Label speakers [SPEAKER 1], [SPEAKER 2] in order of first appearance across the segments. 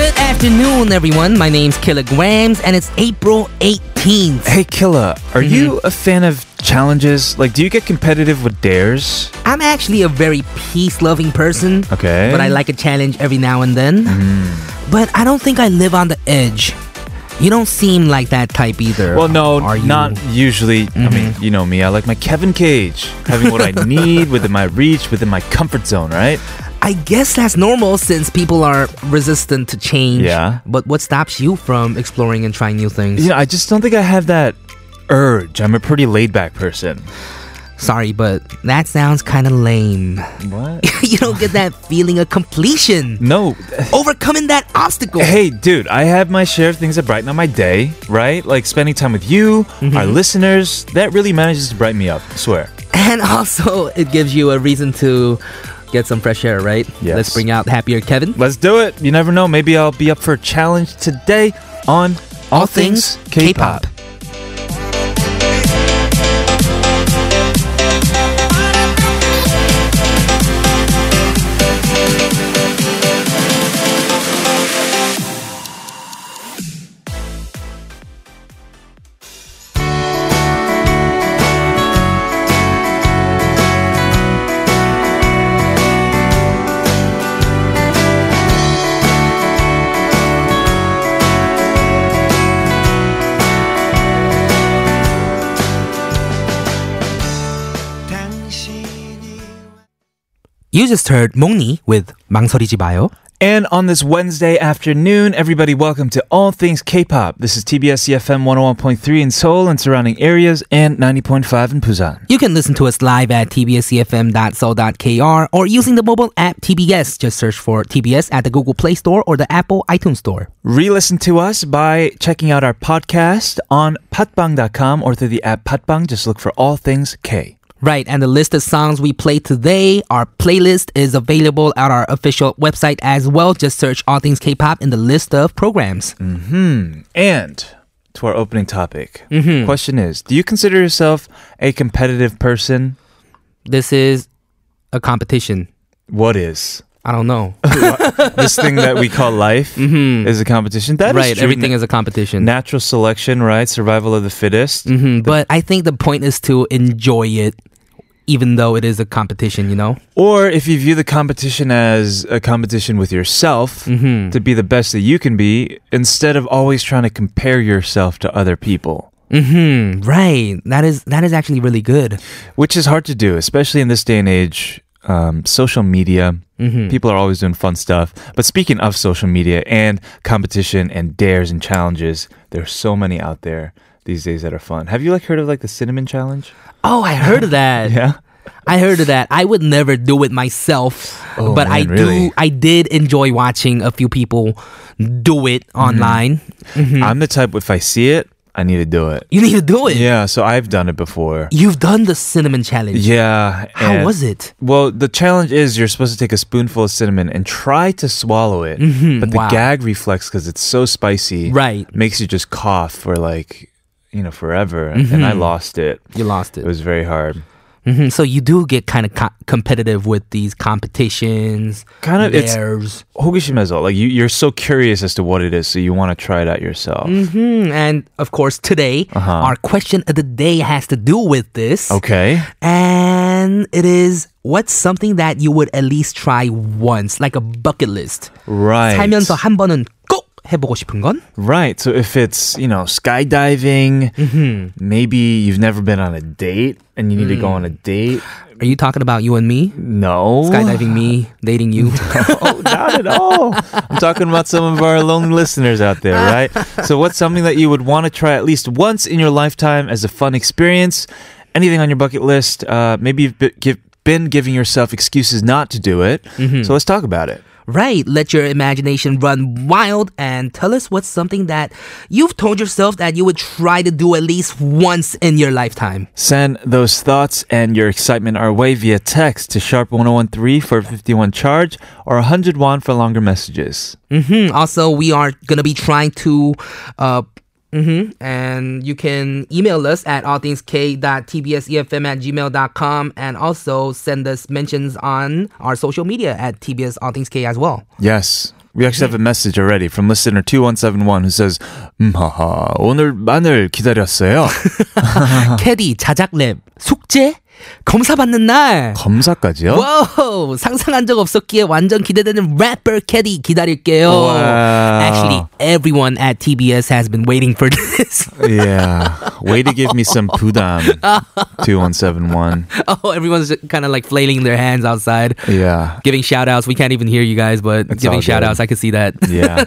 [SPEAKER 1] afternoon, everyone. My name's Kilograms, and it's April 18th.
[SPEAKER 2] Hey, Killa, are you a fan of challenges? Like, do you get competitive with dares?
[SPEAKER 1] I'm actually a very peace loving person,
[SPEAKER 2] Okay. Mm.
[SPEAKER 1] but I like a challenge every now and then. But I don't think I live on the edge. You don't seem like that type either.
[SPEAKER 2] Well, no,
[SPEAKER 1] are you? Mm-hmm.
[SPEAKER 2] not usually. I mean, you know me. I like my Kevin Cage, having what I need within my reach, within my comfort zone, right?
[SPEAKER 1] I guess that's normal since people are resistant to change.
[SPEAKER 2] Yeah.
[SPEAKER 1] But what stops you from exploring and trying new things?
[SPEAKER 2] You know, I just don't think I have that urge. I'm a pretty laid back person.
[SPEAKER 1] Sorry, but that sounds kind of lame.
[SPEAKER 2] What?
[SPEAKER 1] you don't get that feeling of completion,
[SPEAKER 2] no.
[SPEAKER 1] overcoming that obstacle.
[SPEAKER 2] Hey, dude, I have my share of things that brighten up my day, right? Like spending time with you, our listeners. That really manages to brighten me up, I swear.
[SPEAKER 1] And also, it gives you a reason to get some fresh air, right?
[SPEAKER 2] Yes.
[SPEAKER 1] Let's bring out happier Kevin.
[SPEAKER 2] Let's do it. You never know. Maybe I'll be up for a challenge today on All, Things K-pop.
[SPEAKER 1] You just heard Mongni with 망설이지 마요.
[SPEAKER 2] And on this Wednesday afternoon, everybody, welcome to All Things K-pop. This is TBS EFM 101.3 in Seoul and surrounding areas, and 90.5 in Busan.
[SPEAKER 1] You can listen to us live at tbscfm.so.kr or using the mobile app TBS. Just search for TBS at the Google Play Store or the Apple iTunes Store.
[SPEAKER 2] Re-listen to us by checking out our podcast on patbang.com or through the app patbang. Just look for All Things K.
[SPEAKER 1] Right, and the list of songs we played today, our playlist is available at our official website as well. Just search All Things K-pop in the list of programs.
[SPEAKER 2] Mm. And to our opening topic, question is: Do you consider yourself a competitive person?
[SPEAKER 1] This is a competition.
[SPEAKER 2] What is?
[SPEAKER 1] I don't know.
[SPEAKER 2] this thing that we call life is a competition. That is
[SPEAKER 1] Mm-hmm. right,
[SPEAKER 2] true.
[SPEAKER 1] everything is a competition.
[SPEAKER 2] natural selection, right? Survival of the fittest.
[SPEAKER 1] Mm, but I think the point is to enjoy it, even though it is a competition, you know?
[SPEAKER 2] Or if you view the competition as a competition with yourself
[SPEAKER 1] Mm-hmm.
[SPEAKER 2] to be the best that you can be, instead of always trying to compare yourself to other people, Hmm,
[SPEAKER 1] Mm, right. That is that is actually really good.
[SPEAKER 2] which is hard to do, especially in this day and age. Um, social media.
[SPEAKER 1] Mm-hmm.
[SPEAKER 2] People are always doing fun stuff. But speaking of social media and competition and dares and challenges, there's so many out there these days that are fun. Have you like heard of like the cinnamon challenge?
[SPEAKER 1] Oh, I heard of that.
[SPEAKER 2] Yeah.
[SPEAKER 1] I heard of that. I would never do it myself,
[SPEAKER 2] Oh,
[SPEAKER 1] but I
[SPEAKER 2] man, really?
[SPEAKER 1] do. I did enjoy watching a few people do it
[SPEAKER 2] Mm-hmm.
[SPEAKER 1] online.
[SPEAKER 2] I'm the type if I see it, I need to do it.
[SPEAKER 1] You need to do it.
[SPEAKER 2] Yeah, so I've done it before.
[SPEAKER 1] You've done the cinnamon challenge.
[SPEAKER 2] Yeah.
[SPEAKER 1] How
[SPEAKER 2] and-
[SPEAKER 1] was it?
[SPEAKER 2] Well, the challenge is you're supposed to take a spoonful of cinnamon and try to swallow it, but the
[SPEAKER 1] wow.
[SPEAKER 2] gag reflex because it's so spicy,
[SPEAKER 1] Right.
[SPEAKER 2] makes you just cough for like you know forever. And I lost it.
[SPEAKER 1] You lost
[SPEAKER 2] It
[SPEAKER 1] it.
[SPEAKER 2] was very hard.
[SPEAKER 1] Mhm. So you do get kind of co- competitive with these competitions.
[SPEAKER 2] Kind of, it's-
[SPEAKER 1] theirs.
[SPEAKER 2] Hogishimezo, like you, you're so curious as to what it is, so you want to try it out yourself.
[SPEAKER 1] Hmm, and of course, today our question of the day has to do with this.
[SPEAKER 2] Okay.
[SPEAKER 1] And it is what's something that you would at least try once, like a bucket list.
[SPEAKER 2] Right.
[SPEAKER 1] 살면서 한 번은 꼭 해보고 싶은 건?
[SPEAKER 2] Right. So if it's, you know, skydiving, maybe you've never been on a date and you need to go on a date.
[SPEAKER 1] Are you talking about you and me?
[SPEAKER 2] No.
[SPEAKER 1] Skydiving me, dating you.
[SPEAKER 2] Oh, not at all. I'm talking about some of our lone listeners out there, right? So what's something that you would want to try at least once in your lifetime as a fun experience? Anything on your bucket list? Uh, maybe you've be- give, been giving yourself excuses not to do it. So let's talk about it.
[SPEAKER 1] right, let your imagination run wild and tell us what's something that you've told yourself that you would try to do at least once in your lifetime.
[SPEAKER 2] Send those thoughts and your excitement our way via text to sharp1013 for a 51 charge or 100 won for longer messages.
[SPEAKER 1] hmm Also, we are going to be trying to. Uh, mhm, And you can email us at allthingsk.tbsefm E at gmail.com and also send us mentions on our social media at tbs all things K as well.
[SPEAKER 2] Yes. We actually have a message already from listener 2171 who says, 음하하, 오늘 마늘 기다렸어요.
[SPEAKER 1] 캐디 자작랩 숙제 검사 받는 날.
[SPEAKER 2] 검사까지요?
[SPEAKER 1] 와우 상상한 적 없었기에 완전 기대되는 래퍼 캐디 기다릴게요.
[SPEAKER 2] Wow.
[SPEAKER 1] Actually, everyone at TBS has been waiting for this.
[SPEAKER 2] yeah. Way to give me some pudam. 2171.
[SPEAKER 1] oh, everyone's kind of like flailing their hands outside,
[SPEAKER 2] Yeah.
[SPEAKER 1] giving shout outs. We can't even hear you guys, but
[SPEAKER 2] all
[SPEAKER 1] giving
[SPEAKER 2] good.
[SPEAKER 1] shout outs. I can see that.
[SPEAKER 2] Yeah.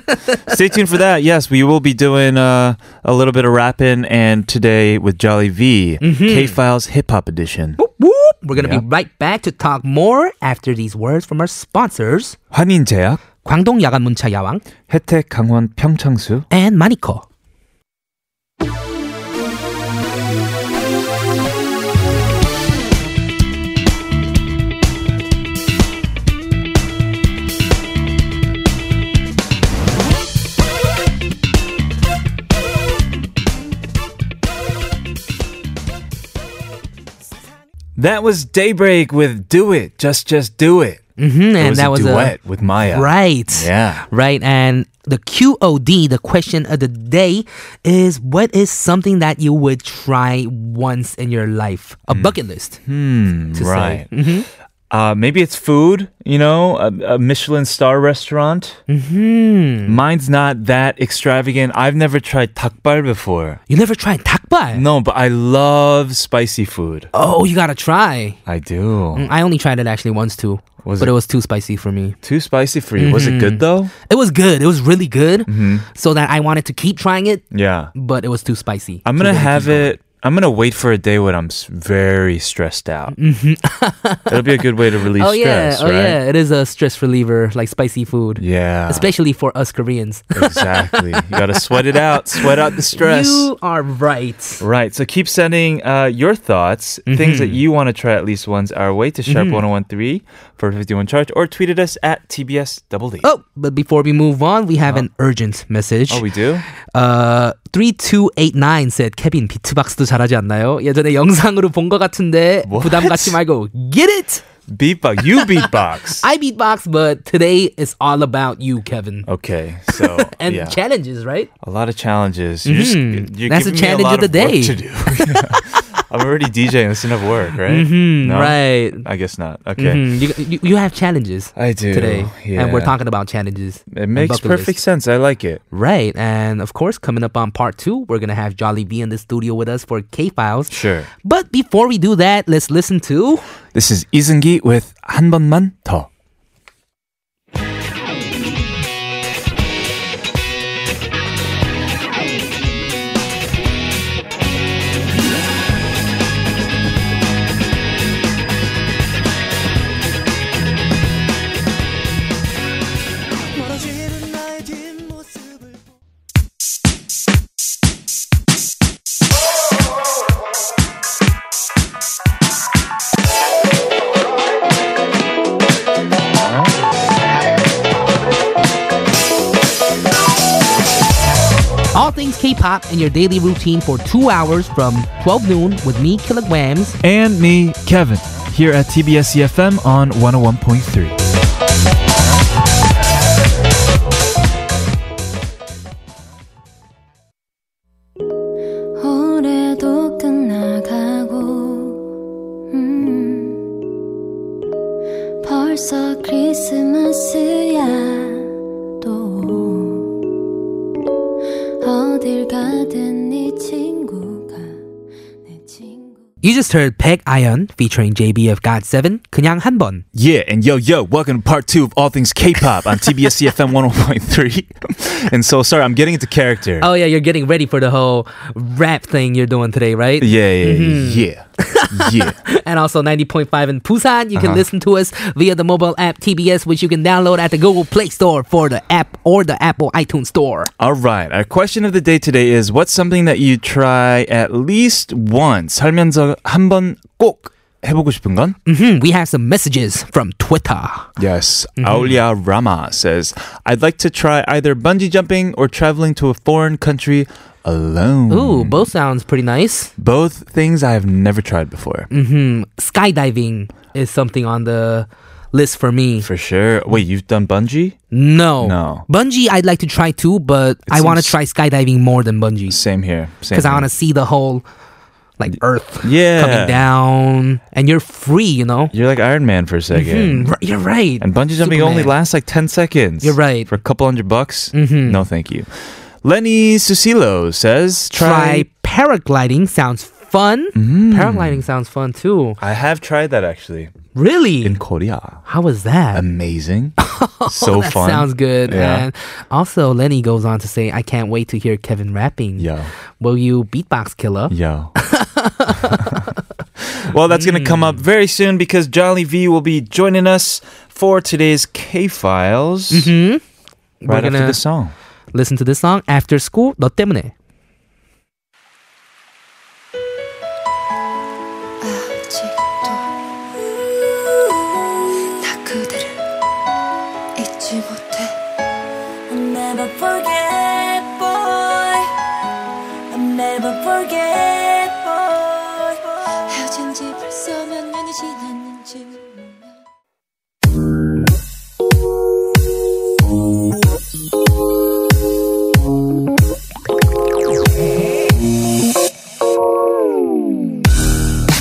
[SPEAKER 2] Stay tuned for that. Yes, we will be doing uh, a little bit of rapping and today with Jolly V, K Files Hip Hop Edition.
[SPEAKER 1] Whoop, whoop. We're going to
[SPEAKER 2] Yeah.
[SPEAKER 1] be right back to talk more after these words from our sponsors
[SPEAKER 2] 한인제약,
[SPEAKER 1] 광동 야간 문차 야왕
[SPEAKER 2] 혜택 강원 평창수.
[SPEAKER 1] and Manico.
[SPEAKER 2] That was Daybreak with Do It, Just Just Do It.
[SPEAKER 1] hmm
[SPEAKER 2] It
[SPEAKER 1] and
[SPEAKER 2] was
[SPEAKER 1] that
[SPEAKER 2] a
[SPEAKER 1] was
[SPEAKER 2] duet with Maya.
[SPEAKER 1] a right.
[SPEAKER 2] Yeah.
[SPEAKER 1] Right. And the QOD, the question of the day, is what is something that you would try once in your life? A bucket list.
[SPEAKER 2] Hmm,
[SPEAKER 1] say.
[SPEAKER 2] right. Uh, maybe it's food, you know, a, a Michelin star restaurant. Mm-hmm. Mine's not that extravagant. I've never tried takbal before.
[SPEAKER 1] You never tried takbal?
[SPEAKER 2] No, but I love spicy food.
[SPEAKER 1] Oh, you gotta try.
[SPEAKER 2] I do.
[SPEAKER 1] Mm, I only tried it actually once too.
[SPEAKER 2] Was
[SPEAKER 1] but
[SPEAKER 2] it-
[SPEAKER 1] it? was too spicy for me.
[SPEAKER 2] Too spicy for you. Was it good though?
[SPEAKER 1] It was good. It was really good.
[SPEAKER 2] Mm-hmm.
[SPEAKER 1] So that I wanted to keep trying it,
[SPEAKER 2] Yeah.
[SPEAKER 1] but it was too spicy.
[SPEAKER 2] I'm going to have it. I'm going to wait for a day when I'm s- very stressed out. It'll be a good way to relieve
[SPEAKER 1] Mm-hmm. Oh yeah,
[SPEAKER 2] stress,
[SPEAKER 1] oh
[SPEAKER 2] right?
[SPEAKER 1] yeah. It is a stress reliever, like spicy food,
[SPEAKER 2] Yeah.
[SPEAKER 1] especially for us Koreans.
[SPEAKER 2] exactly. You got to sweat it out. Sweat out the stress.
[SPEAKER 1] You are right.
[SPEAKER 2] Right. So keep sending uh, your thoughts, things that
[SPEAKER 1] Mm-hmm.
[SPEAKER 2] you want to try at least once our way to sharp1013 for 51 charge or tweet at us at TBS Double D.
[SPEAKER 1] Oh, but before we move on, we have an urgent message.
[SPEAKER 2] Uh-huh. Oh,
[SPEAKER 1] Uh, 어,
[SPEAKER 2] we do?
[SPEAKER 1] 3289 said 케빈 비트박스도 잘하지 않나요? 예전에 영상으로 본 것 같은데
[SPEAKER 2] What?
[SPEAKER 1] 부담 갖지 말고 get it.
[SPEAKER 2] Beatbox. You beatbox.
[SPEAKER 1] I beatbox, but today is all about you, Kevin.
[SPEAKER 2] okay. So,
[SPEAKER 1] And
[SPEAKER 2] Oh, yeah.
[SPEAKER 1] challenges, right?
[SPEAKER 2] a lot of challenges. You're just,
[SPEAKER 1] Mm-hmm.
[SPEAKER 2] you're
[SPEAKER 1] That's the
[SPEAKER 2] giving
[SPEAKER 1] challenge
[SPEAKER 2] me a lot
[SPEAKER 1] of the
[SPEAKER 2] work
[SPEAKER 1] day.
[SPEAKER 2] to do. I'm already DJing. That's enough work, right? Mm-hmm,
[SPEAKER 1] Right.
[SPEAKER 2] I guess not. Okay.
[SPEAKER 1] Mhm. You, you, you have challenges
[SPEAKER 2] I
[SPEAKER 1] Mm-hmm.
[SPEAKER 2] do.
[SPEAKER 1] today, and we're
[SPEAKER 2] yeah.
[SPEAKER 1] talking about challenges.
[SPEAKER 2] It
[SPEAKER 1] and
[SPEAKER 2] makes
[SPEAKER 1] bucket lists.
[SPEAKER 2] perfect sense. I like it.
[SPEAKER 1] Right, and of course, coming up on part two, we're gonna have Jolly B in the studio with us for K Files.
[SPEAKER 2] Sure.
[SPEAKER 1] But before we do that, let's listen to
[SPEAKER 2] This is Izungi with 한 번만 더.
[SPEAKER 3] 멀어지는 나의 뒷모습을 보-
[SPEAKER 1] all things K-pop in your daily routine for two hours from 12 noon with me, Kilograms.
[SPEAKER 2] and me, Kevin, here at TBS EFM on 101.3.
[SPEAKER 4] 올해도 끝나가고 음, 벌써 크리스마스야 또 어딜 가든 네 친구가 내 친구
[SPEAKER 1] You just heard Peg Ion featuring JB of God 7, 그냥 한 번.
[SPEAKER 2] Yeah, and yo, yo, welcome to part two of All Things K pop on TBS EFM 101.3. and so, sorry, I'm getting into character.
[SPEAKER 1] Oh yeah, you're getting ready for the whole rap thing you're doing today, right?
[SPEAKER 2] Yeah, yeah, yeah.
[SPEAKER 1] Mm-hmm.
[SPEAKER 2] Yeah.
[SPEAKER 1] And also 90.5 in Busan. You
[SPEAKER 2] Uh-huh.
[SPEAKER 1] can listen to us via the mobile app TBS, which you can download at the Google Play Store for the app or the Apple iTunes Store.
[SPEAKER 2] All right. Our question of the day today is what's something that you try at least once? 살면서 한번 꼭 해보고 싶은 건?
[SPEAKER 1] Mhm, we have some messages from Twitter.
[SPEAKER 2] Yes. Mm-hmm. Aulia Rama says, I'd like to try either bungee jumping or traveling to a foreign country alone.
[SPEAKER 1] Ooh, both sounds pretty nice. Mm.
[SPEAKER 2] Both things I have never tried before.
[SPEAKER 1] Skydiving is something on the list for me.
[SPEAKER 2] for sure. Wait, you've done bungee?
[SPEAKER 1] No.
[SPEAKER 2] No.
[SPEAKER 1] Bungee, I'd like to try too, but I want to try
[SPEAKER 2] seems-
[SPEAKER 1] skydiving more than bungee
[SPEAKER 2] Same here. Same.
[SPEAKER 1] because I
[SPEAKER 2] here.
[SPEAKER 1] want to see the whole like earth
[SPEAKER 2] Yeah.
[SPEAKER 1] coming down and you're free, you know?
[SPEAKER 2] You're like Iron Man for a 2nd
[SPEAKER 1] Hmm, r- you're right.
[SPEAKER 2] And bungee jumping only
[SPEAKER 1] Superman.
[SPEAKER 2] lasts like 10 seconds.
[SPEAKER 1] You're right. Mm-hmm.
[SPEAKER 2] For a couple hundred bucks? No, thank you. Lenny Susilo says,
[SPEAKER 1] Try
[SPEAKER 2] try. Mm.
[SPEAKER 1] paragliding sounds fun. Paragliding sounds fun too.
[SPEAKER 2] I have tried that actually
[SPEAKER 1] Really?
[SPEAKER 2] in Korea.
[SPEAKER 1] How was that?
[SPEAKER 2] Amazing. so
[SPEAKER 1] Oh, that
[SPEAKER 2] fun.
[SPEAKER 1] sounds good.
[SPEAKER 2] Yeah.
[SPEAKER 1] And also, Lenny goes on to say, I can't wait to hear Kevin rapping.
[SPEAKER 2] Yo,
[SPEAKER 1] Will you beatbox killer?
[SPEAKER 2] yo. well, that's going to come
[SPEAKER 1] Mm.
[SPEAKER 2] up very soon because Jolly V will be joining us for today's K Files right
[SPEAKER 1] Mm-hmm. We're
[SPEAKER 2] after
[SPEAKER 1] gonna-
[SPEAKER 2] the song.
[SPEAKER 1] Listen to this song after school. 너 때문에.
[SPEAKER 4] 아직도 나 그대를 잊지 못해
[SPEAKER 5] I'll never forget, boy. I'll never forget, boy.
[SPEAKER 4] 헤어진 지 벌써 몇 년이 지났는지 몰라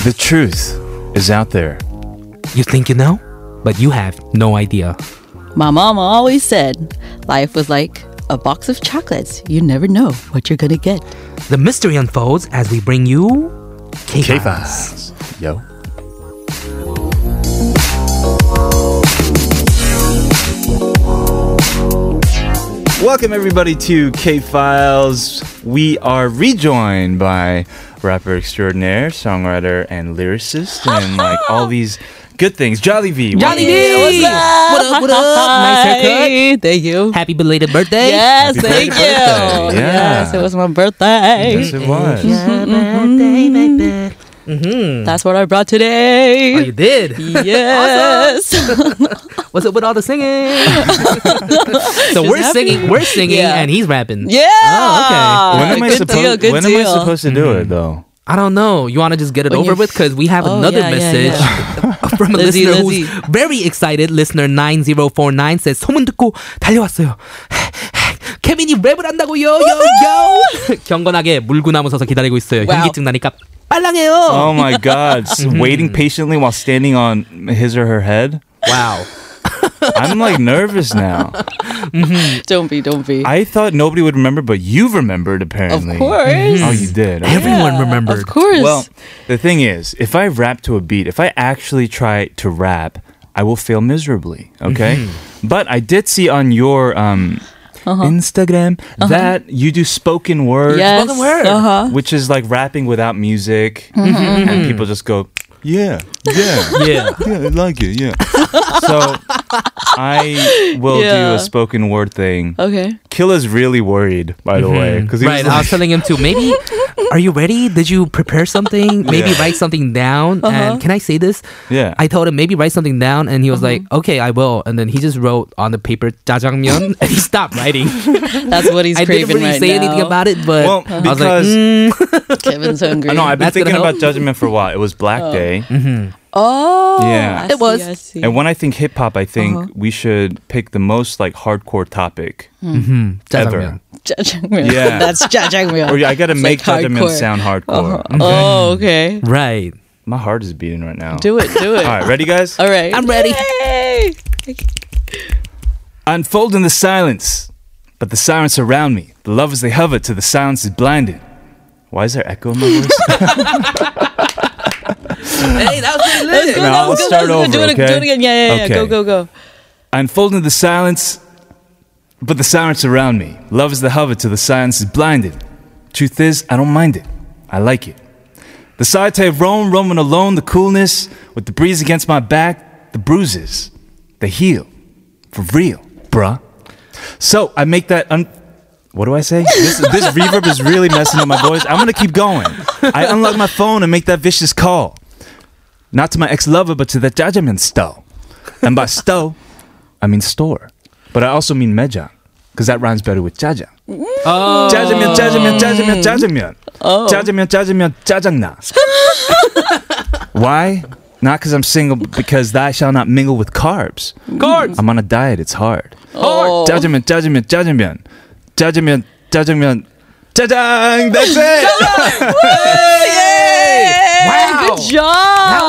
[SPEAKER 2] The truth is out there.
[SPEAKER 1] You think you know, but you have no idea.
[SPEAKER 6] My mama always said life was like a box of chocolates. You never know what you're going to get.
[SPEAKER 1] The mystery unfolds as we bring you K-Files.
[SPEAKER 2] Yo. Welcome everybody to K Files. We are rejoined by rapper extraordinaire, songwriter, and lyricist, and like all these good things. Jolly V.
[SPEAKER 1] Jolly V!
[SPEAKER 6] What's up?
[SPEAKER 1] What up, what up? Nice
[SPEAKER 6] Hi. Thank you.
[SPEAKER 1] Happy belated birthday.
[SPEAKER 6] Yes,
[SPEAKER 2] Happy
[SPEAKER 6] thank you.
[SPEAKER 2] birthday. Yeah.
[SPEAKER 6] Yes, it was my birthday.
[SPEAKER 2] Yes, it was. Mm.
[SPEAKER 6] That's what I brought today.
[SPEAKER 1] Oh, you did.
[SPEAKER 6] yes.
[SPEAKER 1] What's up with all the singing? so we're
[SPEAKER 6] happy.
[SPEAKER 1] singing, we're singing,
[SPEAKER 6] Yeah.
[SPEAKER 1] and he's rapping.
[SPEAKER 6] yeah.
[SPEAKER 1] Oh,
[SPEAKER 2] When am I
[SPEAKER 6] good deal,
[SPEAKER 2] supposed
[SPEAKER 6] good
[SPEAKER 2] when am I
[SPEAKER 6] deal.
[SPEAKER 2] supposed to do it though?
[SPEAKER 1] I don't know. You want to just get it
[SPEAKER 6] When
[SPEAKER 1] over
[SPEAKER 6] you-
[SPEAKER 1] with because we have
[SPEAKER 6] Oh,
[SPEAKER 1] another
[SPEAKER 6] yeah, yeah,
[SPEAKER 1] message from a
[SPEAKER 6] Lizzie,
[SPEAKER 1] listener
[SPEAKER 6] Lizzie.
[SPEAKER 1] who's very excited. Listener 9049 says 소문 듣고 달려왔어요. 케빈이 랩을 한다고요. 요요. 경건하게 물구나무 서서 기다리고 있어요.
[SPEAKER 6] Wow.
[SPEAKER 1] 현기증 나니까 빨랑해요.
[SPEAKER 2] Oh my god. S- Waiting patiently while standing on his or her head.
[SPEAKER 1] Wow.
[SPEAKER 2] I'm like nervous now.
[SPEAKER 6] Don't be, don't be.
[SPEAKER 2] I thought nobody would remember, but you remembered
[SPEAKER 6] of
[SPEAKER 2] apparently.
[SPEAKER 6] course.
[SPEAKER 2] Oh, you did. Okay.
[SPEAKER 1] Everyone remembered.
[SPEAKER 6] Of course.
[SPEAKER 2] Well, the thing is, if I rap to a beat, if I actually try to rap, I will fail miserably. Okay,
[SPEAKER 6] Mm-hmm.
[SPEAKER 2] but I did see on your um, Instagram that you do spoken word,
[SPEAKER 6] Uh-huh. yes.
[SPEAKER 1] spoken word.
[SPEAKER 6] Uh-huh. Mm-hmm.
[SPEAKER 2] which is like rapping without music, and people just go, yeah, yeah,
[SPEAKER 1] Yeah.
[SPEAKER 2] yeah, I like it, yeah. so I will do
[SPEAKER 6] Yeah. Uh-huh.
[SPEAKER 2] a spoken word thing.
[SPEAKER 6] Okay.
[SPEAKER 2] Killa's really worried, by the way,
[SPEAKER 6] Mm-hmm.
[SPEAKER 2] because
[SPEAKER 1] Right. I was telling him to maybe. Are you ready? Did you prepare something? Maybe
[SPEAKER 2] Yeah.
[SPEAKER 1] write something down.
[SPEAKER 6] Uh-huh.
[SPEAKER 1] And can I say this?
[SPEAKER 2] Yeah.
[SPEAKER 1] I told him maybe write something down, and he was like,
[SPEAKER 6] Uh-huh.
[SPEAKER 1] "Okay, I will." And then he just wrote on the paper "jajangmyeon," and he stopped writing.
[SPEAKER 6] That's what he's
[SPEAKER 1] I
[SPEAKER 6] craving
[SPEAKER 1] didn't really
[SPEAKER 6] right
[SPEAKER 1] say
[SPEAKER 6] now.
[SPEAKER 1] anything about it, but
[SPEAKER 2] well,
[SPEAKER 1] I was like, "Mm,
[SPEAKER 2] because
[SPEAKER 6] Kevin's hungry.
[SPEAKER 2] I know I've been
[SPEAKER 1] That's gonna
[SPEAKER 2] thinking
[SPEAKER 1] help.
[SPEAKER 2] about judgment for a while. It was Black Day,
[SPEAKER 6] Oh,
[SPEAKER 2] Yeah.
[SPEAKER 6] I
[SPEAKER 1] It
[SPEAKER 6] see,
[SPEAKER 1] was.
[SPEAKER 6] I see.
[SPEAKER 2] and when I think hip hop, I think
[SPEAKER 6] Uh-huh.
[SPEAKER 2] we should pick the most like hardcore topic.
[SPEAKER 6] Hmm.
[SPEAKER 2] Mm-hmm.
[SPEAKER 1] "jajangmyeon."
[SPEAKER 6] Jajangmyeon.
[SPEAKER 2] Yeah.
[SPEAKER 6] that's jajangmyeon.
[SPEAKER 2] Or yeah, I gotta
[SPEAKER 6] It's
[SPEAKER 2] make
[SPEAKER 6] like
[SPEAKER 2] judgment
[SPEAKER 6] hardcore.
[SPEAKER 2] sound hardcore. I'm-
[SPEAKER 6] Oh, okay.
[SPEAKER 1] Right.
[SPEAKER 2] My heart is beating right now.
[SPEAKER 6] Do it. Do it.
[SPEAKER 2] All right, ready, guys?
[SPEAKER 6] All right.
[SPEAKER 1] I'm ready.
[SPEAKER 6] Yay.
[SPEAKER 2] Unfold in the silence, but the sirens surround me. The lovers they hover till the silence is blinded. Why is there echo in my voice?
[SPEAKER 1] hey, that was pretty
[SPEAKER 6] Let's
[SPEAKER 1] lit.
[SPEAKER 6] go.
[SPEAKER 2] Now, I'll
[SPEAKER 6] that was good,
[SPEAKER 2] start
[SPEAKER 6] that was good.
[SPEAKER 2] over,
[SPEAKER 6] Do it,
[SPEAKER 2] okay?
[SPEAKER 6] do it again. Yeah, yeah, yeah.
[SPEAKER 2] Okay.
[SPEAKER 6] Go, go, go.
[SPEAKER 2] I unfold into the silence, but the sirens surround me. Love is the hover till the silence is blinded. Truth is, I don't mind it. I like it. The solitude of Rome, roaming alone, the coolness, with the breeze against my back, the bruises, they heal. For real, bruh. So I make that un. What do I say? This, this reverb is really messing up my voice. I'm gonna keep going. I unlock my phone and make that vicious call. Not to my ex lover, but to the judgment stove. And by stove, I mean store. But I also mean meja, because that rhymes better with jaja. Oh. 짜장면, 짜장면, 짜장면, 짜장면. 짜장면, 짜장면, 짜장나. Why? Not because I'm single, but because thou shalt not mingle with carbs.
[SPEAKER 1] Carbs.
[SPEAKER 2] I'm on a diet. It's hard.
[SPEAKER 6] Oh.
[SPEAKER 2] 짜장면, 짜장면, 짜장면, 짜장면, 짜장면, 짜장. That's it.
[SPEAKER 1] Wow.
[SPEAKER 6] Good
[SPEAKER 1] Oh,
[SPEAKER 6] job. that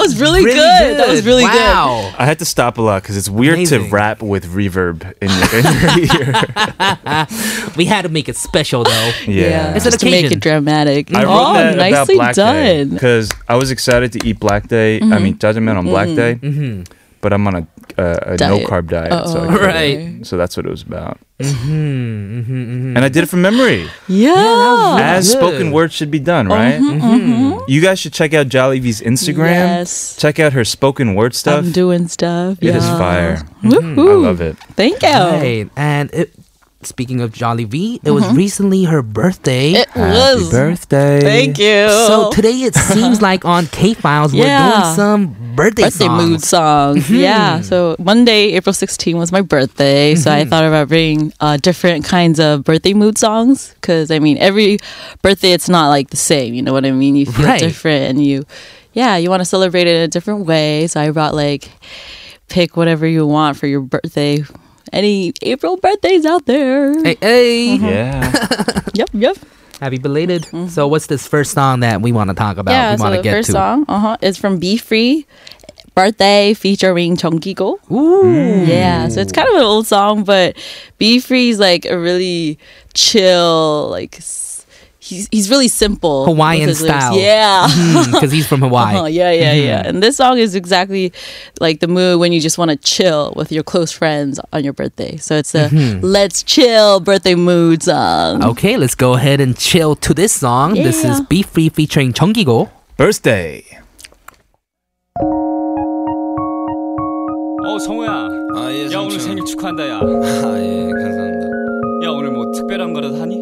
[SPEAKER 6] was really, good. That was really
[SPEAKER 1] wow.
[SPEAKER 2] I had to stop a lot because it's weird
[SPEAKER 1] Amazing.
[SPEAKER 2] to rap with reverb in your, in your ear.
[SPEAKER 1] We had to make it special though.
[SPEAKER 2] Yeah.
[SPEAKER 6] Yeah,
[SPEAKER 1] It's an
[SPEAKER 6] just to make
[SPEAKER 1] occasion.
[SPEAKER 6] it dramatic.
[SPEAKER 2] I wrote
[SPEAKER 6] oh,
[SPEAKER 2] that about
[SPEAKER 6] nicely
[SPEAKER 2] Black
[SPEAKER 6] done. Mm-hmm.
[SPEAKER 2] because I was excited to eat Black Day. I mean, judgment on Black Day,
[SPEAKER 1] Mm-hmm.
[SPEAKER 2] but I'm on a, a, a no
[SPEAKER 6] Diet.
[SPEAKER 2] carb diet, so I
[SPEAKER 6] Uh-oh.
[SPEAKER 2] couldn't.
[SPEAKER 1] Right. Mm-hmm,
[SPEAKER 2] So that's what it was about. And I did it from memory,
[SPEAKER 6] Yeah,
[SPEAKER 2] as
[SPEAKER 1] good. Mm-hmm.
[SPEAKER 2] spoken word should be done, right?
[SPEAKER 6] Mm-hmm,
[SPEAKER 2] You guys should check out Jollibee's Instagram.
[SPEAKER 6] Yes.
[SPEAKER 2] Check out her spoken word stuff.
[SPEAKER 6] I'm doing stuff.
[SPEAKER 2] It is
[SPEAKER 6] yeah.
[SPEAKER 2] fire. Mm-hmm. I
[SPEAKER 6] Woohoo.
[SPEAKER 2] love it.
[SPEAKER 6] Thank you.
[SPEAKER 1] Right. And it, speaking of Jolly V, it
[SPEAKER 6] Uh-huh.
[SPEAKER 1] was recently her birthday.
[SPEAKER 6] It was.
[SPEAKER 2] Happy birthday!
[SPEAKER 6] Thank you.
[SPEAKER 1] so today it seems like on K Files we're doing
[SPEAKER 6] Yeah.
[SPEAKER 1] some birthday, songs.
[SPEAKER 6] birthday
[SPEAKER 1] Mm-hmm.
[SPEAKER 6] mood songs. Yeah. So Monday, April 16 was my birthday. So
[SPEAKER 1] Mm-hmm.
[SPEAKER 6] I thought about bringing uh, different kinds of birthday mood songs because I mean, every birthday, it's not like the same. You know what I mean? You feel
[SPEAKER 1] Right.
[SPEAKER 6] different and you, yeah, you want to celebrate it in a different way. So I brought like, pick whatever you want for your birthday. Any April birthdays out there?
[SPEAKER 1] Hey,
[SPEAKER 6] Mm-hmm.
[SPEAKER 1] hey.
[SPEAKER 2] Yeah.
[SPEAKER 6] Yep, yep.
[SPEAKER 1] happy belated. So what's this first song that we want to talk about?
[SPEAKER 6] Mm-hmm.
[SPEAKER 1] we
[SPEAKER 6] yeah,
[SPEAKER 1] want to
[SPEAKER 6] so the
[SPEAKER 1] get
[SPEAKER 6] first
[SPEAKER 1] to.
[SPEAKER 6] song uh-huh, is from Be Free, Birthday featuring Chongkigo.
[SPEAKER 1] Ooh.
[SPEAKER 6] Yeah, so
[SPEAKER 1] Hmm.
[SPEAKER 6] it's kind of an old song, but Be Free is like a really chill, like s- he's he's really simple. with
[SPEAKER 1] Hawaiian
[SPEAKER 6] his lyrics.
[SPEAKER 1] style. Mm-hmm.
[SPEAKER 6] Yeah.
[SPEAKER 1] because he's from Hawaii.
[SPEAKER 6] Uh-huh, yeah, yeah, yeah. And this song is exactly like the mood when you just want to chill with your close friends on your birthday. So it's a
[SPEAKER 1] Mm-hmm.
[SPEAKER 6] let's chill birthday mood song.
[SPEAKER 1] Okay, let's go ahead and chill to this song. This is
[SPEAKER 6] Yeah.
[SPEAKER 1] Be Free featuring Chonggigo.
[SPEAKER 2] birthday. 어 성우야,
[SPEAKER 7] 아예
[SPEAKER 2] 야 오늘 생일 축하한다 야.
[SPEAKER 7] 아예 감사합니다
[SPEAKER 2] 야 오늘 뭐 특별한 거라도 하니?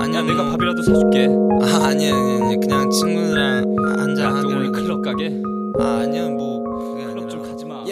[SPEAKER 7] 아니야
[SPEAKER 2] 야 내가 밥이라도 사줄게. 그
[SPEAKER 7] 아, 아니야 아니야 아니야. 그냥 친구들이랑 한잔
[SPEAKER 2] 또
[SPEAKER 7] 하기로
[SPEAKER 2] 오늘 클럽 가게.
[SPEAKER 7] 아 아니야 뭐 그게 아니라 좀 가지
[SPEAKER 2] 마.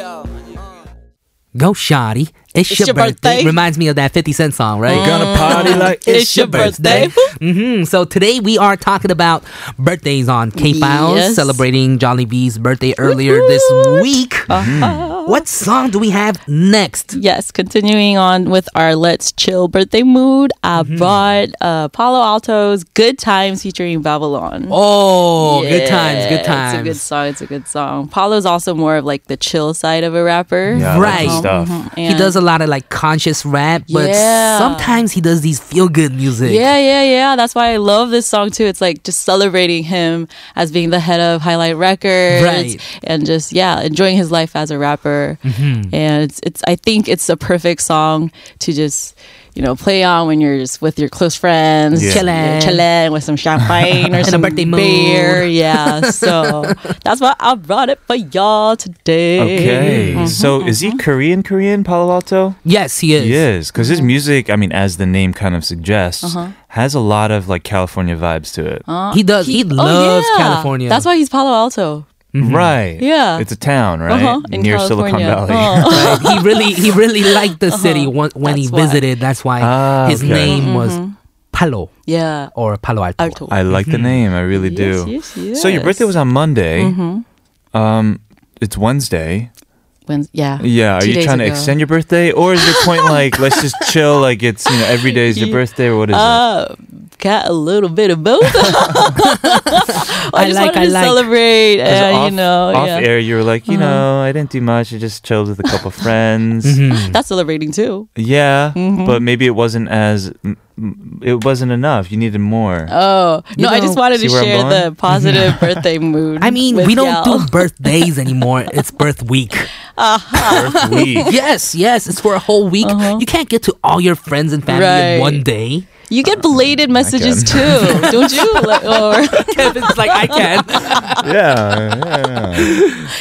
[SPEAKER 1] Go shoddy. It's, your, birthday. Reminds me of that 50 Cent song, right?
[SPEAKER 2] Gonna party like
[SPEAKER 6] It's your Mm. birthday.
[SPEAKER 1] hmm So today we are talking about birthdays on K Files,
[SPEAKER 6] Yes.
[SPEAKER 1] celebrating Jolly V's birthday earlier this week.
[SPEAKER 6] Uh-huh.
[SPEAKER 1] What song do we have next?
[SPEAKER 6] Yes, continuing on with our Let's Chill birthday mood, I
[SPEAKER 1] Mm-hmm.
[SPEAKER 6] brought uh, Palo Alto's Good Times featuring Babylon.
[SPEAKER 1] Oh, good times,
[SPEAKER 6] Yeah,
[SPEAKER 1] good times.
[SPEAKER 6] It's a good song. It's a good song. Paulo's also more of like the chill side of a rapper. Mm-hmm.
[SPEAKER 2] Yeah, I love
[SPEAKER 1] Right.
[SPEAKER 2] this stuff.
[SPEAKER 1] he does a lot of like conscious rap, but
[SPEAKER 6] Yeah.
[SPEAKER 1] sometimes he does these feel good music.
[SPEAKER 6] Yeah, yeah, yeah. That's why I love this song too. It's like just celebrating him as being the head of Highlight Records,
[SPEAKER 1] Right.
[SPEAKER 6] And just yeah, enjoying his life as a rapper. And it's, it's I think it's a perfect song to just you know play on when you're just with your close friends,
[SPEAKER 2] Yeah.
[SPEAKER 1] Chilling.
[SPEAKER 6] chilling with some champagne
[SPEAKER 1] a
[SPEAKER 6] or some
[SPEAKER 1] birthday mood.
[SPEAKER 6] beer. Yeah, so that's why I brought it for y'all today. Mm-hmm,
[SPEAKER 2] Okay, so is he Korean? Korean Palo Alto?
[SPEAKER 1] Yes, he is.
[SPEAKER 2] He is, because his
[SPEAKER 6] Mm-hmm.
[SPEAKER 2] music, I mean, as the name kind of suggests, has a lot of like California vibes to it.
[SPEAKER 1] He does. He,
[SPEAKER 6] Uh-huh. Oh,
[SPEAKER 1] loves
[SPEAKER 6] yeah.
[SPEAKER 1] California.
[SPEAKER 6] That's why he's Palo Alto.
[SPEAKER 2] Right.
[SPEAKER 6] Yeah.
[SPEAKER 2] It's a town, right?
[SPEAKER 6] Uh-huh, in
[SPEAKER 2] Near Silicon
[SPEAKER 6] California.
[SPEAKER 2] Valley.
[SPEAKER 6] Oh.
[SPEAKER 1] Right? he really he really liked the city when, when he
[SPEAKER 6] Uh-huh. That's why.
[SPEAKER 1] visited. That's why
[SPEAKER 2] Ah,
[SPEAKER 1] his
[SPEAKER 2] okay.
[SPEAKER 1] name was Palo
[SPEAKER 6] Yeah.
[SPEAKER 1] or Palo Alto.
[SPEAKER 6] Alto.
[SPEAKER 2] I like the name. I really do.
[SPEAKER 6] Oh. Yes, Mm-hmm.
[SPEAKER 2] So your birthday was on Monday. Um, it's Wednesday.
[SPEAKER 6] When, yeah.
[SPEAKER 2] Yeah, are
[SPEAKER 6] Two
[SPEAKER 2] you
[SPEAKER 6] days
[SPEAKER 2] trying to
[SPEAKER 6] ago.
[SPEAKER 2] extend your birthday, or is your point like let's just chill? Like it's you know every day is your
[SPEAKER 6] Ye-
[SPEAKER 2] birthday, or what is
[SPEAKER 6] Uh, got a little bit of both. I, just
[SPEAKER 1] like,
[SPEAKER 6] wanted
[SPEAKER 1] I
[SPEAKER 6] to
[SPEAKER 1] like.
[SPEAKER 6] celebrate,
[SPEAKER 2] it? 'Cause
[SPEAKER 6] uh,
[SPEAKER 2] off,
[SPEAKER 6] you know.
[SPEAKER 2] off
[SPEAKER 6] yeah. Uh-huh.
[SPEAKER 2] air you were like, you know, I didn't do much. I just chilled with a couple friends.
[SPEAKER 6] That's celebrating too.
[SPEAKER 2] Yeah,
[SPEAKER 6] Mm-hmm.
[SPEAKER 2] but maybe it wasn't as m- m- it wasn't enough. You needed more.
[SPEAKER 6] Oh no, I just
[SPEAKER 1] know-
[SPEAKER 6] wanted
[SPEAKER 2] See
[SPEAKER 6] to
[SPEAKER 2] where I'm
[SPEAKER 6] share
[SPEAKER 2] going?
[SPEAKER 6] the positive birthday mood.
[SPEAKER 1] I mean,
[SPEAKER 6] with
[SPEAKER 1] we don't
[SPEAKER 6] y'all.
[SPEAKER 1] do birthdays anymore. it's birth week.
[SPEAKER 2] Earth week.
[SPEAKER 1] Yes, yes, it's for a whole week. You can't get to all your friends and family in
[SPEAKER 6] Uh-huh. Right.
[SPEAKER 1] one day.
[SPEAKER 6] You get belated messages too, don't you? Like, or
[SPEAKER 1] Kevin's like, I can.
[SPEAKER 2] yeah, yeah, yeah.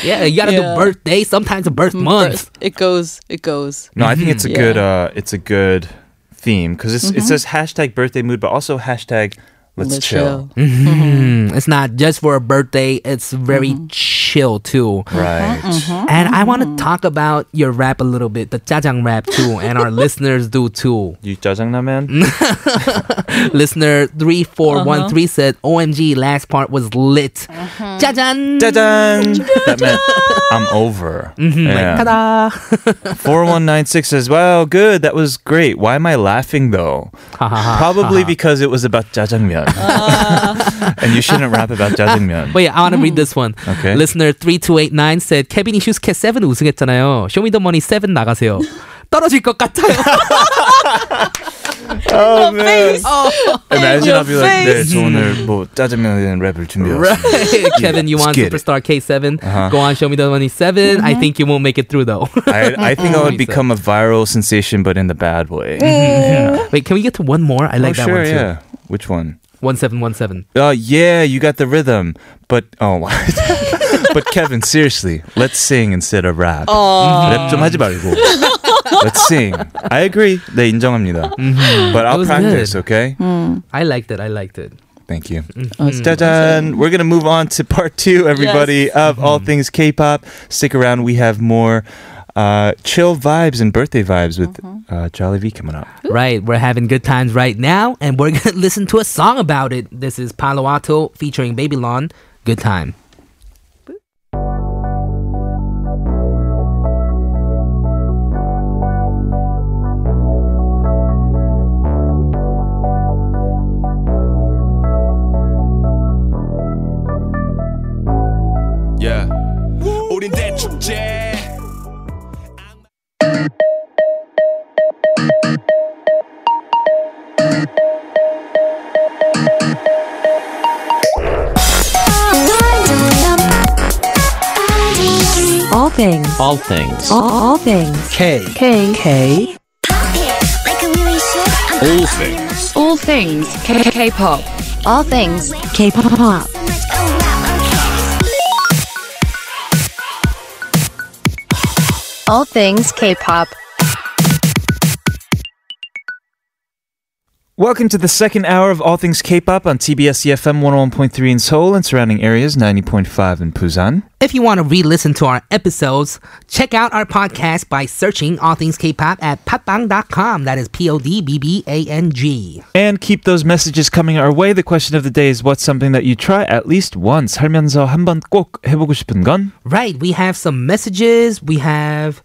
[SPEAKER 1] Yeah, you gotta
[SPEAKER 6] Yeah. Mm,
[SPEAKER 1] do birthday, sometimes a birth month.
[SPEAKER 6] it goes, it goes.
[SPEAKER 2] No, I think it's a
[SPEAKER 6] Mm-hmm. Yeah. Mm-hmm.
[SPEAKER 2] good uh it's a good theme because it says hashtag birthday mood, but also hashtag let's, chill.
[SPEAKER 1] Mm, it's not just for a birthday. It's very chill too.
[SPEAKER 2] Right.
[SPEAKER 1] And I want to talk about your rap a little bit, the jajang rap too, and our listeners do too.
[SPEAKER 2] You 짜장라면?
[SPEAKER 1] Listener 3413 said, OMG, last part was lit. Jajan!
[SPEAKER 2] 짜잔! that meant I'm over.
[SPEAKER 6] Mm-hmm.
[SPEAKER 2] Yeah.
[SPEAKER 1] Ta-da!
[SPEAKER 2] 4196 says, Wow, good. That was great. Why am I laughing though? Probably because it was about jajangmyeon.
[SPEAKER 6] Uh.
[SPEAKER 2] and you shouldn't rap about jajangmyeon.
[SPEAKER 1] Wait, I want to read this one.
[SPEAKER 2] Okay.
[SPEAKER 1] Listener 3289 said, 케빈이 슈스케 7 우승했잖아요. 쇼미더머니 7 나가세요. 떨어질 것 같아요.
[SPEAKER 2] oh, man.
[SPEAKER 1] oh.
[SPEAKER 2] Imagine
[SPEAKER 6] your
[SPEAKER 2] I'll be like, 네,
[SPEAKER 6] face.
[SPEAKER 2] 저 오늘 뭐 짜장면에 랩을 준비했어요.
[SPEAKER 1] Kevin, you want
[SPEAKER 2] Let's get it.
[SPEAKER 1] Superstar K7?
[SPEAKER 2] Uh-huh.
[SPEAKER 1] Go on, show me the money 7 I think you won't make it through though.
[SPEAKER 2] I, I think I would become a viral sensation, but in the bad way.
[SPEAKER 1] Wait, can we get to one more? I like
[SPEAKER 2] oh,
[SPEAKER 1] that
[SPEAKER 2] sure,
[SPEAKER 1] one too.
[SPEAKER 2] yeah. Which one?
[SPEAKER 1] 1717.
[SPEAKER 2] Oh, yeah, you got the rhythm. But, oh, what? but Kevin, seriously, let's sing instead of rap. 랩좀 하지 말고. Let's sing. I agree. 네, 인정합니다. But
[SPEAKER 1] That
[SPEAKER 2] I'll
[SPEAKER 1] Mm-hmm. was
[SPEAKER 2] practice,
[SPEAKER 1] good.
[SPEAKER 2] okay?
[SPEAKER 1] I liked it. I liked it.
[SPEAKER 2] Thank you.
[SPEAKER 1] Mm-hmm.
[SPEAKER 2] Dun-dun. We're going to move on to part two, everybody, of all
[SPEAKER 1] Mm-hmm.
[SPEAKER 2] things K pop. Stick around. We have more uh, chill vibes and birthday vibes with uh, Jolly V coming up.
[SPEAKER 1] Right, we're having good times right now, and we're gonna listen to a song about it. This is Palo Alto featuring Babylon. Good time.
[SPEAKER 8] Yeah. 우린 대축제.
[SPEAKER 9] All things.
[SPEAKER 10] All things.
[SPEAKER 9] All, all things.
[SPEAKER 10] K.
[SPEAKER 9] K. K.
[SPEAKER 10] All things.
[SPEAKER 9] All things. K. K. Pop. All things. K. Pop. All things K. Pop.
[SPEAKER 2] Welcome to the second hour of All Things K-pop on TBS EFM 101.3 in Seoul and surrounding areas, 90.5 in Busan.
[SPEAKER 1] If you want to re-listen to our episodes, check out our podcast by searching All Things K-pop at popbang.com. That is P-O-D-B-B-A-N-G.
[SPEAKER 2] And keep those messages coming our way. The question of the day is what's something that you try at least once? 살면서 한번 꼭 해보고 싶은 건?
[SPEAKER 1] Right, we have some messages. We have.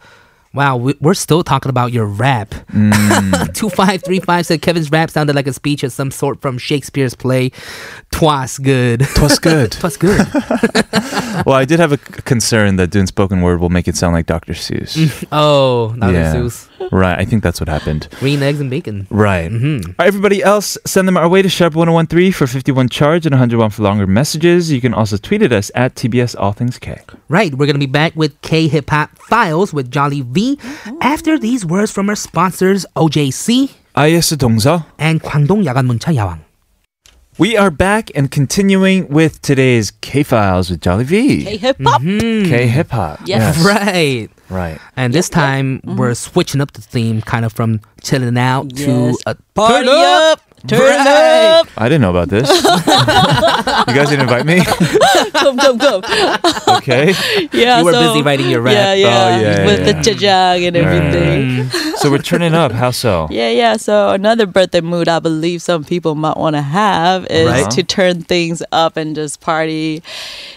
[SPEAKER 1] Wow, we- we're still talking about your rap. 2535 said Kevin's rap sounded like a speech of some sort from Shakespeare's play. Twas good.
[SPEAKER 2] Twas good.
[SPEAKER 1] Twas good.
[SPEAKER 2] well, I did have a c- concern that doing spoken word will make it sound like Dr. Seuss.
[SPEAKER 1] Oh, not
[SPEAKER 2] Yeah.
[SPEAKER 1] Zeus.
[SPEAKER 2] right, I think that's what happened.
[SPEAKER 1] Green eggs and bacon. Mm-hmm.
[SPEAKER 2] Right. Everybody else, send them our way to Sharp1013 for 51 charge and 101 for longer messages. You can also tweet at us at TBS All Things K.
[SPEAKER 1] Right, we're gonna be back with K Hip Hop Files with Jolly V after these words from our sponsors OJC
[SPEAKER 2] IS 동서.
[SPEAKER 1] and Kwangdong Yagan Muncha Yawang.
[SPEAKER 2] We are back and continuing with today's K Files with Jolly V.
[SPEAKER 6] hip hop.
[SPEAKER 2] K Hip Hop.
[SPEAKER 6] Yes.
[SPEAKER 1] Mm-hmm. Right.
[SPEAKER 2] Right.
[SPEAKER 1] And this time
[SPEAKER 6] Mm-hmm.
[SPEAKER 1] we're switching up the theme kind of from chilling out to
[SPEAKER 6] Yes.
[SPEAKER 1] a
[SPEAKER 2] Mm-hmm.
[SPEAKER 6] Party
[SPEAKER 1] turn
[SPEAKER 6] up. Turn
[SPEAKER 1] Right.
[SPEAKER 6] up.
[SPEAKER 2] I didn't know about this. you guys didn't invite me?
[SPEAKER 6] Come, come, come.
[SPEAKER 2] okay.
[SPEAKER 6] Yeah.
[SPEAKER 1] You were
[SPEAKER 6] so-
[SPEAKER 1] busy writing your rap. Oh,
[SPEAKER 6] Yeah, yeah.
[SPEAKER 2] yeah,
[SPEAKER 6] With
[SPEAKER 2] yeah.
[SPEAKER 6] the jajang and everything.
[SPEAKER 2] So we're turning up. How so?
[SPEAKER 6] Yeah, yeah. So another birthday mood I believe some people might want to have is
[SPEAKER 2] Right.
[SPEAKER 6] to turn things up and just party.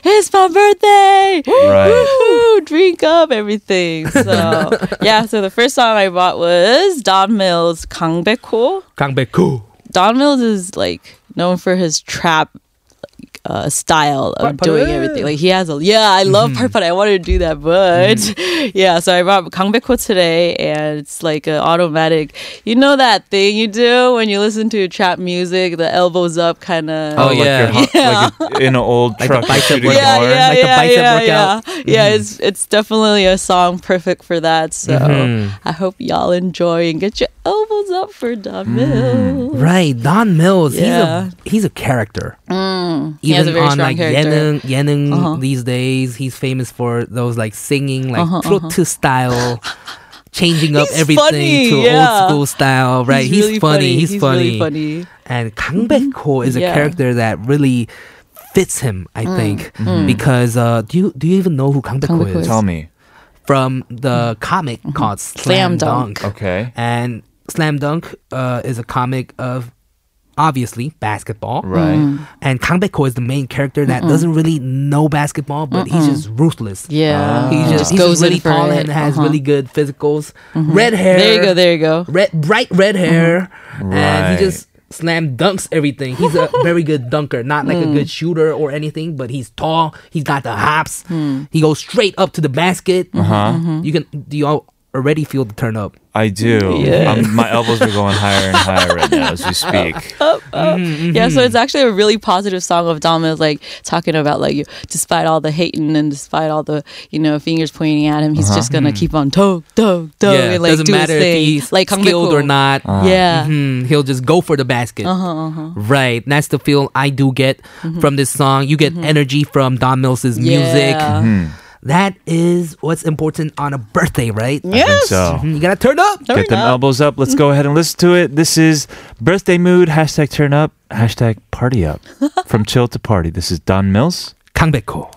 [SPEAKER 6] It's my birthday.
[SPEAKER 2] Right.
[SPEAKER 6] Woo! Drink up everything. So yeah, so the first song I bought was Don Mills Kangbeko.
[SPEAKER 1] Kangbeku.
[SPEAKER 6] Don Mills is like known for his trap like, uh, style of doing everything. Like he has a yeah, I love part, but I want to do that, but yeah. So I brought Kangbeko today, and it's like an automatic. You know that thing you do when you listen to trap music, the elbows up kind of.
[SPEAKER 1] Oh, yeah.
[SPEAKER 2] Like, you're hot, like in an old
[SPEAKER 1] Like
[SPEAKER 2] truck.
[SPEAKER 1] the bicep
[SPEAKER 2] shooting
[SPEAKER 1] workout.
[SPEAKER 2] hard.
[SPEAKER 1] like the bicep
[SPEAKER 6] yeah,
[SPEAKER 1] workout. Mm-hmm.
[SPEAKER 6] Yeah, yeah it's it's definitely a song perfect for that. So
[SPEAKER 1] Mm-hmm.
[SPEAKER 6] I hope y'all enjoy and get your elbows up for
[SPEAKER 1] Mm.
[SPEAKER 6] Don Mills.
[SPEAKER 1] Right, Don Mills.
[SPEAKER 6] Yeah. Mm.
[SPEAKER 1] He's a he's a character.
[SPEAKER 6] He has a very
[SPEAKER 1] on
[SPEAKER 6] strong
[SPEAKER 1] like
[SPEAKER 6] character. Uh-huh.
[SPEAKER 1] Yenin, Yenin these days, he's famous for those like singing like uh style, changing up
[SPEAKER 6] Uh-huh, He's
[SPEAKER 1] everything
[SPEAKER 6] funny,
[SPEAKER 1] to
[SPEAKER 6] yeah.
[SPEAKER 1] old school style. Right, he's,
[SPEAKER 6] really
[SPEAKER 1] funny. He's, funny.
[SPEAKER 6] really funny.
[SPEAKER 1] And Kang Baek Ho is a
[SPEAKER 6] Yeah. Mm.
[SPEAKER 1] character that really fits him, I think, because uh, do you do you even know who Kang
[SPEAKER 6] Kang
[SPEAKER 1] Baekho is?
[SPEAKER 6] Baekho is-
[SPEAKER 2] Tell me.
[SPEAKER 1] From the comic called Slam
[SPEAKER 6] Mm-hmm. Slam
[SPEAKER 1] Dunk.
[SPEAKER 6] Dunk.
[SPEAKER 2] Okay.
[SPEAKER 1] And Slam Dunk uh, is a comic of obviously basketball.
[SPEAKER 2] Right.
[SPEAKER 6] Mm-hmm.
[SPEAKER 1] And Kang Baekho is the main character that doesn't really know basketball, but he's just ruthless.
[SPEAKER 6] Yeah.
[SPEAKER 1] He just, he's just really tall and has
[SPEAKER 6] Uh-huh. Mm-hmm.
[SPEAKER 1] really good physicals. Red hair.
[SPEAKER 6] There you go. There you go.
[SPEAKER 1] Red, bright red hair.
[SPEAKER 6] Mm-hmm.
[SPEAKER 1] And he
[SPEAKER 2] Right.
[SPEAKER 1] just slam dunks everything. He's a very good dunker, not like
[SPEAKER 6] Mm.
[SPEAKER 1] a good shooter or anything, but he's tall. He's got the hops.
[SPEAKER 6] Hmm.
[SPEAKER 1] He goes straight up to the basket.
[SPEAKER 6] Uh-huh.
[SPEAKER 1] Mm-hmm. You can, do you all already feel the turn up?
[SPEAKER 2] I do.
[SPEAKER 6] Yeah.
[SPEAKER 2] I'm, my elbows are going higher and higher right now as we speak.
[SPEAKER 6] Yeah, so it's actually a really positive song of Dama's like talking about like you- despite all the hating and despite all the you know fingers pointing at him, he's just gonna keep on dog dog dog
[SPEAKER 1] yeah,
[SPEAKER 6] and like
[SPEAKER 1] doesn't
[SPEAKER 6] do
[SPEAKER 1] matter
[SPEAKER 6] his
[SPEAKER 1] if
[SPEAKER 6] thing,
[SPEAKER 1] he's
[SPEAKER 6] like Kang
[SPEAKER 1] skilled or
[SPEAKER 6] Baekho.
[SPEAKER 1] not.
[SPEAKER 6] Yeah,
[SPEAKER 1] Mhm, he'll just go for the basket.
[SPEAKER 6] Uh-huh,
[SPEAKER 1] Right. That's the feel I do get from this song. You get energy from Don Mills's music.
[SPEAKER 6] Mm-hmm. Yeah. Mm-hmm.
[SPEAKER 1] That is what's important on a birthday, right?
[SPEAKER 2] I think
[SPEAKER 6] Yes.
[SPEAKER 2] so.
[SPEAKER 1] Mhm, You gotta turn up.
[SPEAKER 2] Get them elbows up. Let's go ahead and listen to it. This is Birthday Mood, hashtag turn up, hashtag party up. From chill to party. This is Don Mills.
[SPEAKER 1] 강백호.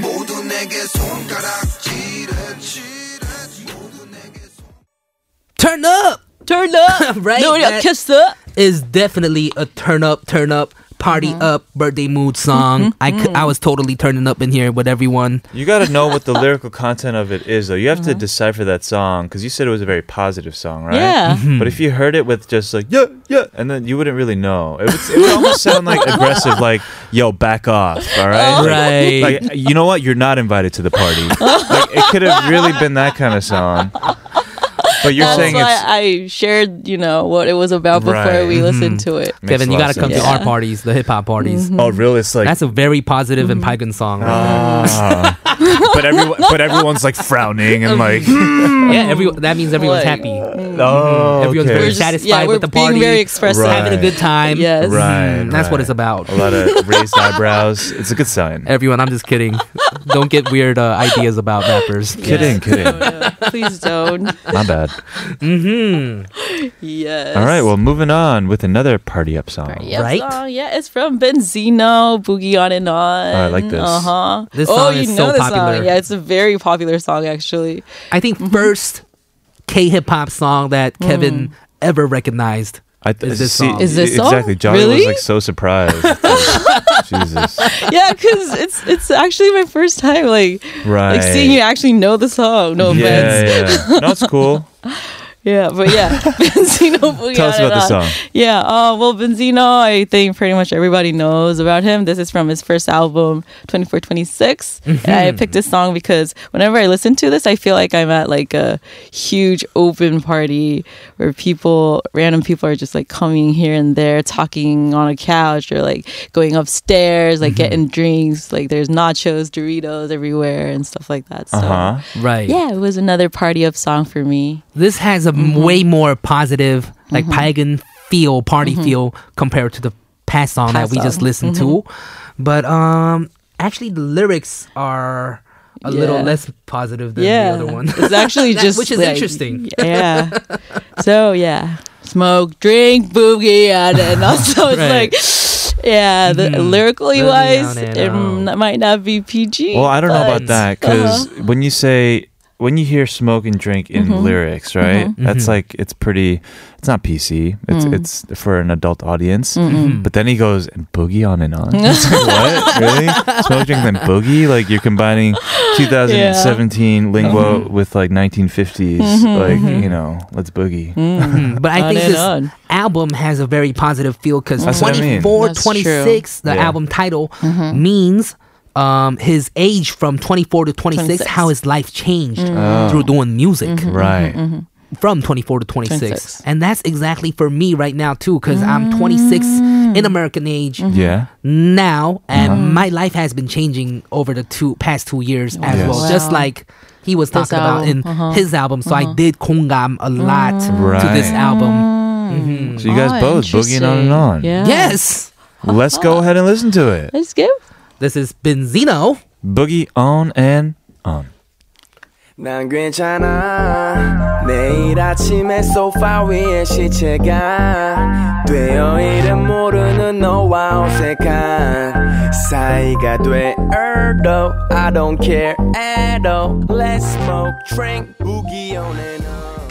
[SPEAKER 8] 모두 내게 손가락질을 칠해 모두 내게
[SPEAKER 1] Turn up
[SPEAKER 6] turn up,
[SPEAKER 1] Right,
[SPEAKER 6] No, no,
[SPEAKER 1] that-
[SPEAKER 6] kiss up.
[SPEAKER 1] is definitely a turn up, turn up, party
[SPEAKER 6] Mm-hmm.
[SPEAKER 1] up, birthday mood song. I cou- I was totally turning up in here with everyone.
[SPEAKER 2] You got to know what the lyrical content of it is, though. You have to
[SPEAKER 6] Uh-huh.
[SPEAKER 2] decipher that song because you said it was a very positive song, right?
[SPEAKER 6] Yeah.
[SPEAKER 2] But if you heard it with just like, yeah, yeah, and then you wouldn't really know. It would, it would almost sound like aggressive, like, yo, back off, all right? Like-
[SPEAKER 6] Oh.
[SPEAKER 1] Right.
[SPEAKER 2] Like, you know what? You're not invited to the party. like, it could have really been that kind of song. But you're
[SPEAKER 6] That's
[SPEAKER 2] saying
[SPEAKER 6] why
[SPEAKER 2] it's.
[SPEAKER 6] I shared you know what it was about before
[SPEAKER 2] Right.
[SPEAKER 6] we listened to it.
[SPEAKER 2] Makes
[SPEAKER 1] Kevin, you
[SPEAKER 2] a lot
[SPEAKER 1] gotta
[SPEAKER 2] of
[SPEAKER 1] come to
[SPEAKER 2] sense.
[SPEAKER 1] our parties, the hip hop parties.
[SPEAKER 6] Mm-hmm.
[SPEAKER 2] Oh, really? It's like.
[SPEAKER 1] Mm. That's a very positive and Pygon song.
[SPEAKER 2] Oh.
[SPEAKER 1] right there.
[SPEAKER 2] Ah. but everyone, but everyone's like frowning and like,
[SPEAKER 1] Yeah, every that means everyone's
[SPEAKER 6] Like, mm.
[SPEAKER 1] happy. Mm.
[SPEAKER 2] oh,
[SPEAKER 1] Everyone's
[SPEAKER 2] okay.
[SPEAKER 1] very
[SPEAKER 6] We're just-
[SPEAKER 1] satisfied
[SPEAKER 6] yeah,
[SPEAKER 1] with
[SPEAKER 6] we're
[SPEAKER 1] the
[SPEAKER 6] being
[SPEAKER 1] party.
[SPEAKER 6] very expressive.
[SPEAKER 1] having a good time.
[SPEAKER 6] Yes.
[SPEAKER 2] Right,
[SPEAKER 1] Mm, that's what
[SPEAKER 2] right.
[SPEAKER 1] it's about.
[SPEAKER 2] a lot of raised eyebrows. It's a good sign.
[SPEAKER 1] Everyone, I'm just kidding. Don't get weird uh, ideas about rappers.
[SPEAKER 2] Kidding, kidding.
[SPEAKER 6] Please don't.
[SPEAKER 2] Not bad.
[SPEAKER 6] Yes.
[SPEAKER 2] All right, well, moving on with another party up song.
[SPEAKER 6] Yep,
[SPEAKER 1] Right?
[SPEAKER 6] song. Yeah, it's from Benzino, Boogie On and On.
[SPEAKER 2] I like this.
[SPEAKER 6] Uh huh.
[SPEAKER 1] This
[SPEAKER 6] oh,
[SPEAKER 1] song
[SPEAKER 6] you
[SPEAKER 1] is so
[SPEAKER 6] know this
[SPEAKER 1] popular.
[SPEAKER 6] song. Yeah, it's a very popular song actually.
[SPEAKER 1] I think
[SPEAKER 6] Mm-hmm.
[SPEAKER 1] first K hip hop song that Kevin
[SPEAKER 6] Mm-hmm.
[SPEAKER 1] ever recognized.
[SPEAKER 2] I th- e,
[SPEAKER 1] Is this song?
[SPEAKER 6] Is this song?
[SPEAKER 2] exactly? Johnny was
[SPEAKER 6] Really?
[SPEAKER 2] like so surprised. Jesus,
[SPEAKER 6] yeah, because it's it's actually my first time like
[SPEAKER 2] right?
[SPEAKER 6] like seeing you actually know the song. No offense.
[SPEAKER 2] yeah, yeah. No, it's cool.
[SPEAKER 6] Yeah, but yeah, Benzino. Boogie
[SPEAKER 2] Tell us
[SPEAKER 6] On
[SPEAKER 2] about
[SPEAKER 6] and
[SPEAKER 2] the
[SPEAKER 6] On.
[SPEAKER 2] song.
[SPEAKER 6] Yeah, uh, well, Benzino, I think pretty much everybody knows about him. This is from his first album, 2426. And
[SPEAKER 2] Mm-hmm.
[SPEAKER 6] I picked this song because whenever I listen to this, I feel like I'm at like a huge open party where people, random people are just like coming here and there, talking on a couch or like going upstairs,
[SPEAKER 2] Mm-hmm.
[SPEAKER 6] like getting drinks. Like there's nachos, Doritos everywhere and stuff like that. So,
[SPEAKER 2] Uh huh.
[SPEAKER 1] Right.
[SPEAKER 6] yeah, it was another party up song for me.
[SPEAKER 1] This has a
[SPEAKER 6] Mm-hmm.
[SPEAKER 1] way more positive, like Pygon feel, party feel compared to the past song
[SPEAKER 6] Mm-hmm.
[SPEAKER 1] that
[SPEAKER 6] Past
[SPEAKER 1] we just listened
[SPEAKER 6] song. Mm-hmm.
[SPEAKER 1] to. But um actually the lyrics are a little
[SPEAKER 6] Yeah.
[SPEAKER 1] less positive than
[SPEAKER 6] yeah.
[SPEAKER 1] the other one.
[SPEAKER 6] It's actually
[SPEAKER 1] That-
[SPEAKER 6] just
[SPEAKER 1] which is
[SPEAKER 6] like,
[SPEAKER 1] interesting.
[SPEAKER 6] Yeah. so yeah, smoke, drink, boogie, and, and also it's
[SPEAKER 1] Right.
[SPEAKER 6] like, yeah, the,
[SPEAKER 1] Mhm.
[SPEAKER 6] lyrically
[SPEAKER 1] Boogie
[SPEAKER 6] wise,
[SPEAKER 1] on and
[SPEAKER 6] it
[SPEAKER 1] on.
[SPEAKER 6] m- might not be PG.
[SPEAKER 2] Well, I don't know
[SPEAKER 6] but- uh-huh.
[SPEAKER 2] about that because when you say when you hear smoke and drink in
[SPEAKER 6] Mm-hmm.
[SPEAKER 2] lyrics, right? That's like it's pretty. It's not PC. It's
[SPEAKER 6] Mm.
[SPEAKER 2] it's for an adult audience.
[SPEAKER 6] Mm-hmm.
[SPEAKER 2] But then he goes and boogie on and on. It's like, what really? Smoke, drink, then boogie? Like you're combining 2017 lingo
[SPEAKER 6] Mm-hmm.
[SPEAKER 2] with like 1950s. like you know, let's boogie.
[SPEAKER 6] Mm-hmm.
[SPEAKER 1] Mhm. But I
[SPEAKER 6] On
[SPEAKER 1] think
[SPEAKER 6] and
[SPEAKER 1] this
[SPEAKER 6] on.
[SPEAKER 1] album has a very positive feel because
[SPEAKER 2] That's what I mean.
[SPEAKER 1] 24,
[SPEAKER 6] That's Mm-hmm.
[SPEAKER 1] 26, the
[SPEAKER 2] Yeah.
[SPEAKER 1] album title means um, his age from 24 to 26,
[SPEAKER 6] 26.
[SPEAKER 1] how his life changed
[SPEAKER 6] Mm-hmm.
[SPEAKER 2] Oh.
[SPEAKER 1] through doing music
[SPEAKER 2] Right.
[SPEAKER 1] from 24 to 26.
[SPEAKER 6] 26.
[SPEAKER 1] And that's exactly for me right now, too, because I'm 26
[SPEAKER 6] Mm.
[SPEAKER 1] in American age.
[SPEAKER 6] Mm-hmm.
[SPEAKER 2] Yeah.
[SPEAKER 1] Now, and
[SPEAKER 6] Uh-huh.
[SPEAKER 1] my life has been changing over the two past two years as
[SPEAKER 2] Yes.
[SPEAKER 1] well, just
[SPEAKER 6] Oh, Wow.
[SPEAKER 1] like he was
[SPEAKER 6] This
[SPEAKER 1] talking about in
[SPEAKER 6] album, uh-huh, Mm.
[SPEAKER 1] his album. So I did Kongam a lot to this
[SPEAKER 2] Right.
[SPEAKER 1] album. Mhm.
[SPEAKER 2] So you guys
[SPEAKER 6] Oh,
[SPEAKER 2] both boogieing on and on.
[SPEAKER 6] interesting. Yeah.
[SPEAKER 1] Yes.
[SPEAKER 2] Let's go ahead and listen to it.
[SPEAKER 6] Let's go.
[SPEAKER 1] This is Benzino.
[SPEAKER 2] Boogie on and on.
[SPEAKER 7] 난 괜찮아 내일 아침에 소파 위에 시체가 되어 이름 모르는 너와 어색한 사이가 되어도 I don't care at all Let's smoke, drink, boogie on and on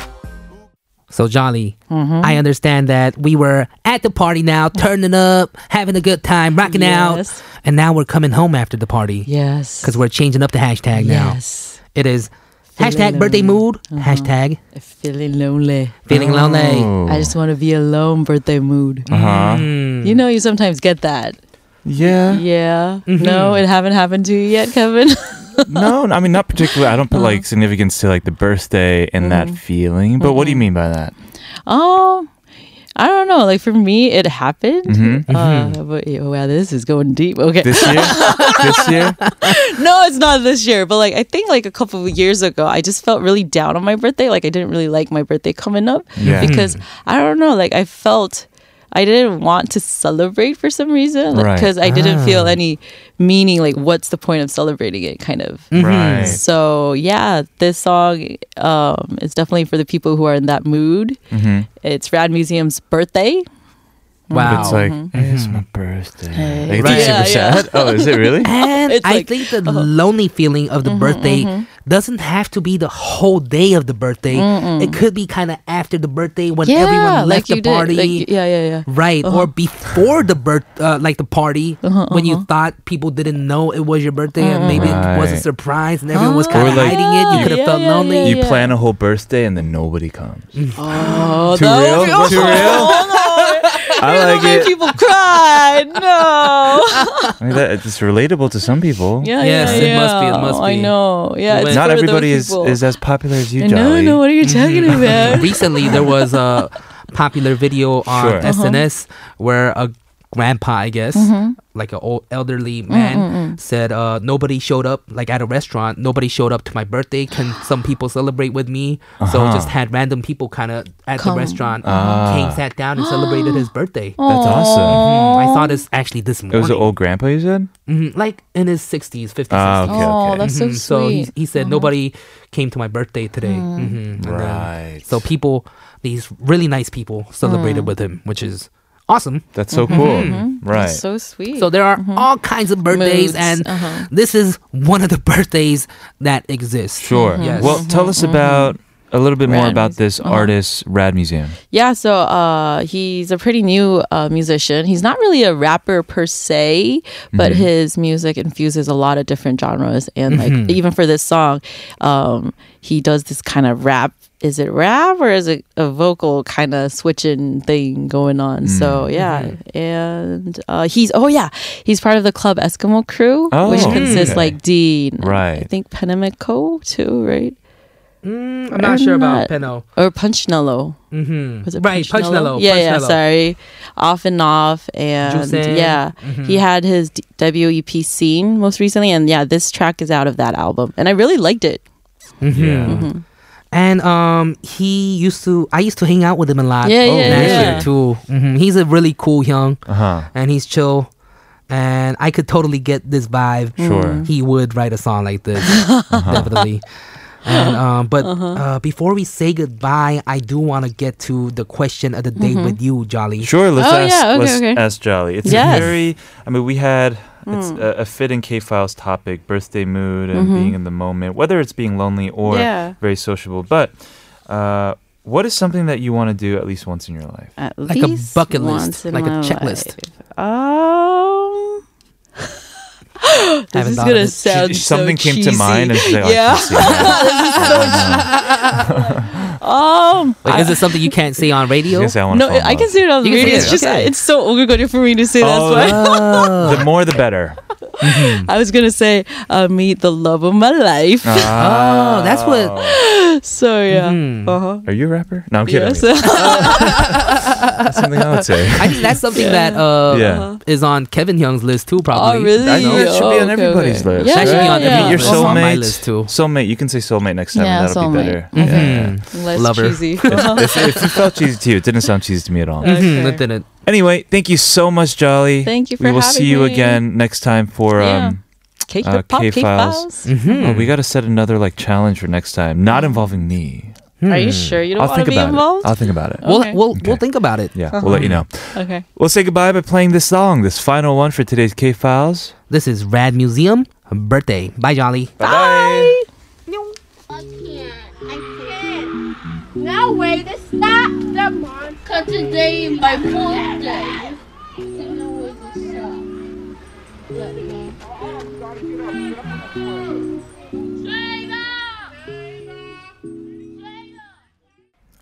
[SPEAKER 1] So Jolly,
[SPEAKER 6] Mm-hmm.
[SPEAKER 1] I understand that we were at the party now, turning up, having a good time, rocking
[SPEAKER 6] Yes.
[SPEAKER 1] out, and now we're coming home after the party
[SPEAKER 6] Yes.
[SPEAKER 1] because we're changing up the hashtag now.
[SPEAKER 6] Yes.
[SPEAKER 1] It is
[SPEAKER 6] Feeling
[SPEAKER 1] hashtag birthday mood,
[SPEAKER 6] lonely. Uh-huh.
[SPEAKER 1] hashtag
[SPEAKER 6] I'm feeling lonely.
[SPEAKER 2] Oh,
[SPEAKER 1] feeling lonely.
[SPEAKER 6] I just want to be alone. Birthday mood.
[SPEAKER 2] Uh-huh.
[SPEAKER 1] Hmm.
[SPEAKER 6] You know, you sometimes get that.
[SPEAKER 2] Yeah.
[SPEAKER 6] Yeah.
[SPEAKER 1] Mm-hmm.
[SPEAKER 6] No, it haven't happened to you yet, Kevin.
[SPEAKER 2] No, I mean not particularly. I don't put
[SPEAKER 6] Uh-huh.
[SPEAKER 2] like significance to like the birthday and that
[SPEAKER 6] Mm-hmm.
[SPEAKER 2] feeling. But what do you mean by that?
[SPEAKER 6] um, I don't know. Like for me, it happened. Uh, but yeah, wow, this is going deep. Okay.
[SPEAKER 2] Mm-hmm. This year? this year?
[SPEAKER 6] no, it's not this year. But like, I think like a couple of years ago, I just felt really down on my birthday. Like I didn't really like my birthday coming up
[SPEAKER 2] Yeah. Hmm.
[SPEAKER 6] because I don't know. Like I felt. I didn't want to celebrate for some reason
[SPEAKER 2] Right. Ah.
[SPEAKER 6] because I didn't feel any meaning. Like, what's the point of celebrating it? Kind of.
[SPEAKER 2] Mm. Right.
[SPEAKER 6] So yeah, this song um, is definitely for the people who are in that mood.
[SPEAKER 2] Mm. Mm-hmm.
[SPEAKER 6] It's Rad Museum's birthday.
[SPEAKER 1] Wow.
[SPEAKER 2] It's like
[SPEAKER 6] Mm-hmm.
[SPEAKER 2] it's my
[SPEAKER 1] Right.
[SPEAKER 2] birthday. Like, it's like super
[SPEAKER 6] Yeah, yeah.
[SPEAKER 2] sad. Oh, is it really?
[SPEAKER 1] and
[SPEAKER 6] It's
[SPEAKER 1] I
[SPEAKER 6] like, uh-huh. Mm-hmm,
[SPEAKER 1] think the lonely feeling of the birthday doesn't have to be the whole day of the birthday. It could be kind of after the birthday when everyone left the party.
[SPEAKER 6] Like, Uh-huh. yeah, yeah, yeah.
[SPEAKER 1] Right, or before the birth, uh, like the party,
[SPEAKER 6] Uh-huh,
[SPEAKER 1] when you thought people didn't know it was your birthday and maybe it was a
[SPEAKER 2] Right.
[SPEAKER 1] surprise and everyone was
[SPEAKER 2] Ah.
[SPEAKER 1] kind
[SPEAKER 2] Or
[SPEAKER 1] of
[SPEAKER 2] like
[SPEAKER 1] hiding it. You
[SPEAKER 2] you-
[SPEAKER 1] could have
[SPEAKER 6] Yeah,
[SPEAKER 1] felt
[SPEAKER 6] yeah,
[SPEAKER 1] lonely.
[SPEAKER 6] yeah,
[SPEAKER 2] You
[SPEAKER 6] yeah.
[SPEAKER 2] plan a whole birthday and then nobody comes.
[SPEAKER 6] Oh,
[SPEAKER 2] Too
[SPEAKER 6] that
[SPEAKER 2] real?
[SPEAKER 6] would be-
[SPEAKER 2] Too real? I like
[SPEAKER 6] Make
[SPEAKER 2] it.
[SPEAKER 6] people cry. No.
[SPEAKER 2] I mean, that, it's relatable to some people.
[SPEAKER 6] Yeah,
[SPEAKER 1] Yes, it
[SPEAKER 6] yeah,
[SPEAKER 1] must be, it
[SPEAKER 6] yeah. Oh,
[SPEAKER 1] must
[SPEAKER 6] I
[SPEAKER 1] be.
[SPEAKER 6] know. Yeah, it's
[SPEAKER 2] Not
[SPEAKER 6] for those
[SPEAKER 2] everybody is,
[SPEAKER 6] people.
[SPEAKER 2] is as popular as you,
[SPEAKER 6] No,
[SPEAKER 2] Jolly.
[SPEAKER 6] no. What are you talking about?
[SPEAKER 1] Recently, there was a popular video on
[SPEAKER 2] Oh. Sure. Uh-huh.
[SPEAKER 1] SNS where a grandpa, I guess,
[SPEAKER 6] Mm-hmm.
[SPEAKER 1] like an old elderly man, said, uh, "Nobody showed up. Like at a restaurant, nobody showed up to my birthday. Can some people celebrate with me?" So
[SPEAKER 2] Uh-huh.
[SPEAKER 1] just had random people kind of at
[SPEAKER 6] Come.
[SPEAKER 1] the restaurant
[SPEAKER 2] Ah.
[SPEAKER 1] came, sat down, and celebrated his birthday. Hmm,
[SPEAKER 2] That's awesome.
[SPEAKER 1] I saw this actually this
[SPEAKER 2] It
[SPEAKER 1] morning.
[SPEAKER 2] was an old grandpa, you said?
[SPEAKER 1] Mhm, like in his 60s, 50s,
[SPEAKER 2] Ah,
[SPEAKER 1] 60s.
[SPEAKER 2] okay,
[SPEAKER 6] Oh,
[SPEAKER 2] okay.
[SPEAKER 6] that's so
[SPEAKER 1] Mhm, so he,
[SPEAKER 6] sweet. Uh-huh. Hmm.
[SPEAKER 1] he said nobody came to my birthday today. Mhm, and then-
[SPEAKER 2] Right.
[SPEAKER 1] so people, these really nice people, celebrated
[SPEAKER 6] Mm.
[SPEAKER 1] with him, which is awesome.
[SPEAKER 2] That's
[SPEAKER 6] Mm-hmm.
[SPEAKER 2] so cool. Right.
[SPEAKER 6] That's so sweet.
[SPEAKER 1] So there are all kinds of birthdays,
[SPEAKER 6] Mm-hmm. Moods,
[SPEAKER 1] and
[SPEAKER 6] uh-huh.
[SPEAKER 1] this is one of the birthdays that exists.
[SPEAKER 2] sure.
[SPEAKER 6] Mm-hmm.
[SPEAKER 1] Yes.
[SPEAKER 2] Well, tell us about a little bit more
[SPEAKER 6] Rad
[SPEAKER 2] about
[SPEAKER 6] Museum. Uh-huh.
[SPEAKER 2] this artist, Rad Museum.
[SPEAKER 6] Yeah, so uh, he's a pretty new uh, musician. He's not really a rapper per se, but
[SPEAKER 2] Mm-hmm.
[SPEAKER 6] his music infuses a lot of different genres. And like
[SPEAKER 2] Mm-hmm.
[SPEAKER 6] even for this song, um, he does this kind of rap. Is it rap or is it a vocal kind of switching thing going on? So
[SPEAKER 2] Mm.
[SPEAKER 6] yeah, and uh, he's oh yeah, he's part of the Club Eskimo crew, which
[SPEAKER 2] Oh,
[SPEAKER 6] consists
[SPEAKER 2] okay.
[SPEAKER 6] like Dean, I
[SPEAKER 2] Right.
[SPEAKER 6] think Penamico too, right? Mm-hmm.
[SPEAKER 1] I'm not sure about Peno.
[SPEAKER 6] or Punchinello.
[SPEAKER 1] Mm-hmm.
[SPEAKER 6] Was it
[SPEAKER 1] Right, Punchinello.
[SPEAKER 6] Yeah, yeah.
[SPEAKER 1] Punchinello.
[SPEAKER 6] Sorry, off and off, and
[SPEAKER 1] Juicin.
[SPEAKER 6] yeah,
[SPEAKER 1] mm-hmm.
[SPEAKER 6] he had his D- WEP scene most recently, and yeah, this track is out of that album, and I really liked it.
[SPEAKER 2] Yeah.
[SPEAKER 1] Mm-hmm.
[SPEAKER 6] Mm-hmm.
[SPEAKER 1] And um, he used to. I used to hang out with him a lot.
[SPEAKER 6] Yeah,
[SPEAKER 2] Oh,
[SPEAKER 6] yeah,
[SPEAKER 1] last
[SPEAKER 2] really?
[SPEAKER 1] year
[SPEAKER 6] yeah.
[SPEAKER 1] too. hmm He's a really cool young,
[SPEAKER 2] Uh huh.
[SPEAKER 1] and he's chill, and I could totally get this vibe. Mm-hmm.
[SPEAKER 2] Sure.
[SPEAKER 1] he would write a song like this
[SPEAKER 6] Uh-huh.
[SPEAKER 1] definitely and um, but uh, before we say goodbye i do want to get to the question of the day
[SPEAKER 6] Mm-hmm.
[SPEAKER 1] with you jolly
[SPEAKER 2] Sure. Let's
[SPEAKER 6] Oh,
[SPEAKER 2] ask.
[SPEAKER 6] yeah, okay,
[SPEAKER 2] let's
[SPEAKER 6] okay.
[SPEAKER 2] ask Jolly. It's a
[SPEAKER 6] Yes. Hmm.
[SPEAKER 2] very. I mean, we had it's a, a fit in K Files topic: birthday mood and being in the moment, whether it's being lonely or
[SPEAKER 6] Mm-hmm. Yeah.
[SPEAKER 2] very sociable. But uh, what is something that you want to do at least once in your life?
[SPEAKER 6] At
[SPEAKER 1] Like a
[SPEAKER 6] least
[SPEAKER 1] bucket
[SPEAKER 6] once
[SPEAKER 1] list,
[SPEAKER 6] in
[SPEAKER 1] like a
[SPEAKER 6] my
[SPEAKER 1] checklist.
[SPEAKER 6] life. Um. this
[SPEAKER 1] Haven't
[SPEAKER 6] is
[SPEAKER 1] thought
[SPEAKER 6] gonna
[SPEAKER 1] of it.
[SPEAKER 6] sound
[SPEAKER 2] She-
[SPEAKER 6] so
[SPEAKER 2] something came to
[SPEAKER 6] cheesy.
[SPEAKER 2] mind, and she's like, oh, I
[SPEAKER 6] yeah.
[SPEAKER 2] can see that.
[SPEAKER 6] Um.
[SPEAKER 1] like,
[SPEAKER 6] I-
[SPEAKER 1] is it something you can't say on
[SPEAKER 2] She's
[SPEAKER 1] radio
[SPEAKER 2] gonna say, I want
[SPEAKER 6] no,
[SPEAKER 2] to. fall in
[SPEAKER 6] I can
[SPEAKER 2] love."
[SPEAKER 6] say it on the
[SPEAKER 1] You can say
[SPEAKER 6] radio. It's
[SPEAKER 1] it,
[SPEAKER 6] just
[SPEAKER 1] okay.
[SPEAKER 6] it's so overgoing for me to say.
[SPEAKER 2] Oh,
[SPEAKER 6] that's why.
[SPEAKER 1] oh.
[SPEAKER 2] The more, the better.
[SPEAKER 6] I was gonna say, uh, meet the love of my life.
[SPEAKER 1] that's what
[SPEAKER 6] so
[SPEAKER 2] Oh.
[SPEAKER 6] yeah. Uh-huh.
[SPEAKER 2] Are you a rapper?
[SPEAKER 1] Mm-hmm.
[SPEAKER 2] No, I'm kidding.
[SPEAKER 6] Yes.
[SPEAKER 2] That's something I would say.
[SPEAKER 1] I think that's something that uh,
[SPEAKER 2] Yeah.
[SPEAKER 1] is on Kevin Young's list too, probably.
[SPEAKER 6] Uh-huh. oh really?
[SPEAKER 2] I know it should be
[SPEAKER 6] Oh,
[SPEAKER 2] on
[SPEAKER 6] okay,
[SPEAKER 2] everybody's
[SPEAKER 6] okay.
[SPEAKER 2] list.
[SPEAKER 6] Yeah,
[SPEAKER 1] That should be
[SPEAKER 6] yeah,
[SPEAKER 1] on
[SPEAKER 6] yeah.
[SPEAKER 1] every-
[SPEAKER 2] Your
[SPEAKER 1] It's on
[SPEAKER 2] soulmate,
[SPEAKER 1] my list, too.
[SPEAKER 2] soulmate. You can say soulmate next time.
[SPEAKER 6] Yeah,
[SPEAKER 2] and that'll be better.
[SPEAKER 1] Mm-hmm.
[SPEAKER 6] soulmate. Mm-hmm.
[SPEAKER 2] Yeah.
[SPEAKER 6] Less
[SPEAKER 1] Lover.
[SPEAKER 6] cheesy.
[SPEAKER 2] if, if it felt cheesy to you, it didn't sound cheesy to me at all.
[SPEAKER 1] Mhm, it didn't.
[SPEAKER 2] Anyway, thank you so much, Jolly.
[SPEAKER 6] Mm. Thank you for
[SPEAKER 2] We will
[SPEAKER 6] having
[SPEAKER 2] see you
[SPEAKER 6] me.
[SPEAKER 2] again next time for.
[SPEAKER 6] Yeah.
[SPEAKER 2] Um,
[SPEAKER 6] Cake
[SPEAKER 2] Uh,
[SPEAKER 6] pop, cake
[SPEAKER 2] K-Files.
[SPEAKER 6] files.
[SPEAKER 2] oh, we got to set another like challenge for next time, not involving me.
[SPEAKER 6] Are you sure Mm. you don't
[SPEAKER 2] I'll
[SPEAKER 6] want
[SPEAKER 2] think
[SPEAKER 6] to be
[SPEAKER 2] about
[SPEAKER 6] involved? Oh. Uh-huh.
[SPEAKER 2] it. I'll think about it.
[SPEAKER 1] We'll
[SPEAKER 6] Okay.
[SPEAKER 1] we'll we'll
[SPEAKER 2] Okay.
[SPEAKER 1] think about it.
[SPEAKER 2] yeah, we'll let you know.
[SPEAKER 6] okay.
[SPEAKER 2] We'll say goodbye by playing this song, this final one for today's K Files.
[SPEAKER 1] This is Rad Museum birthday. Bye, Jolly.
[SPEAKER 2] Bye. Bye.
[SPEAKER 10] I can't. I can't. No way to stop the monster. Cause today is my birthday. There's no way to stop. Let me.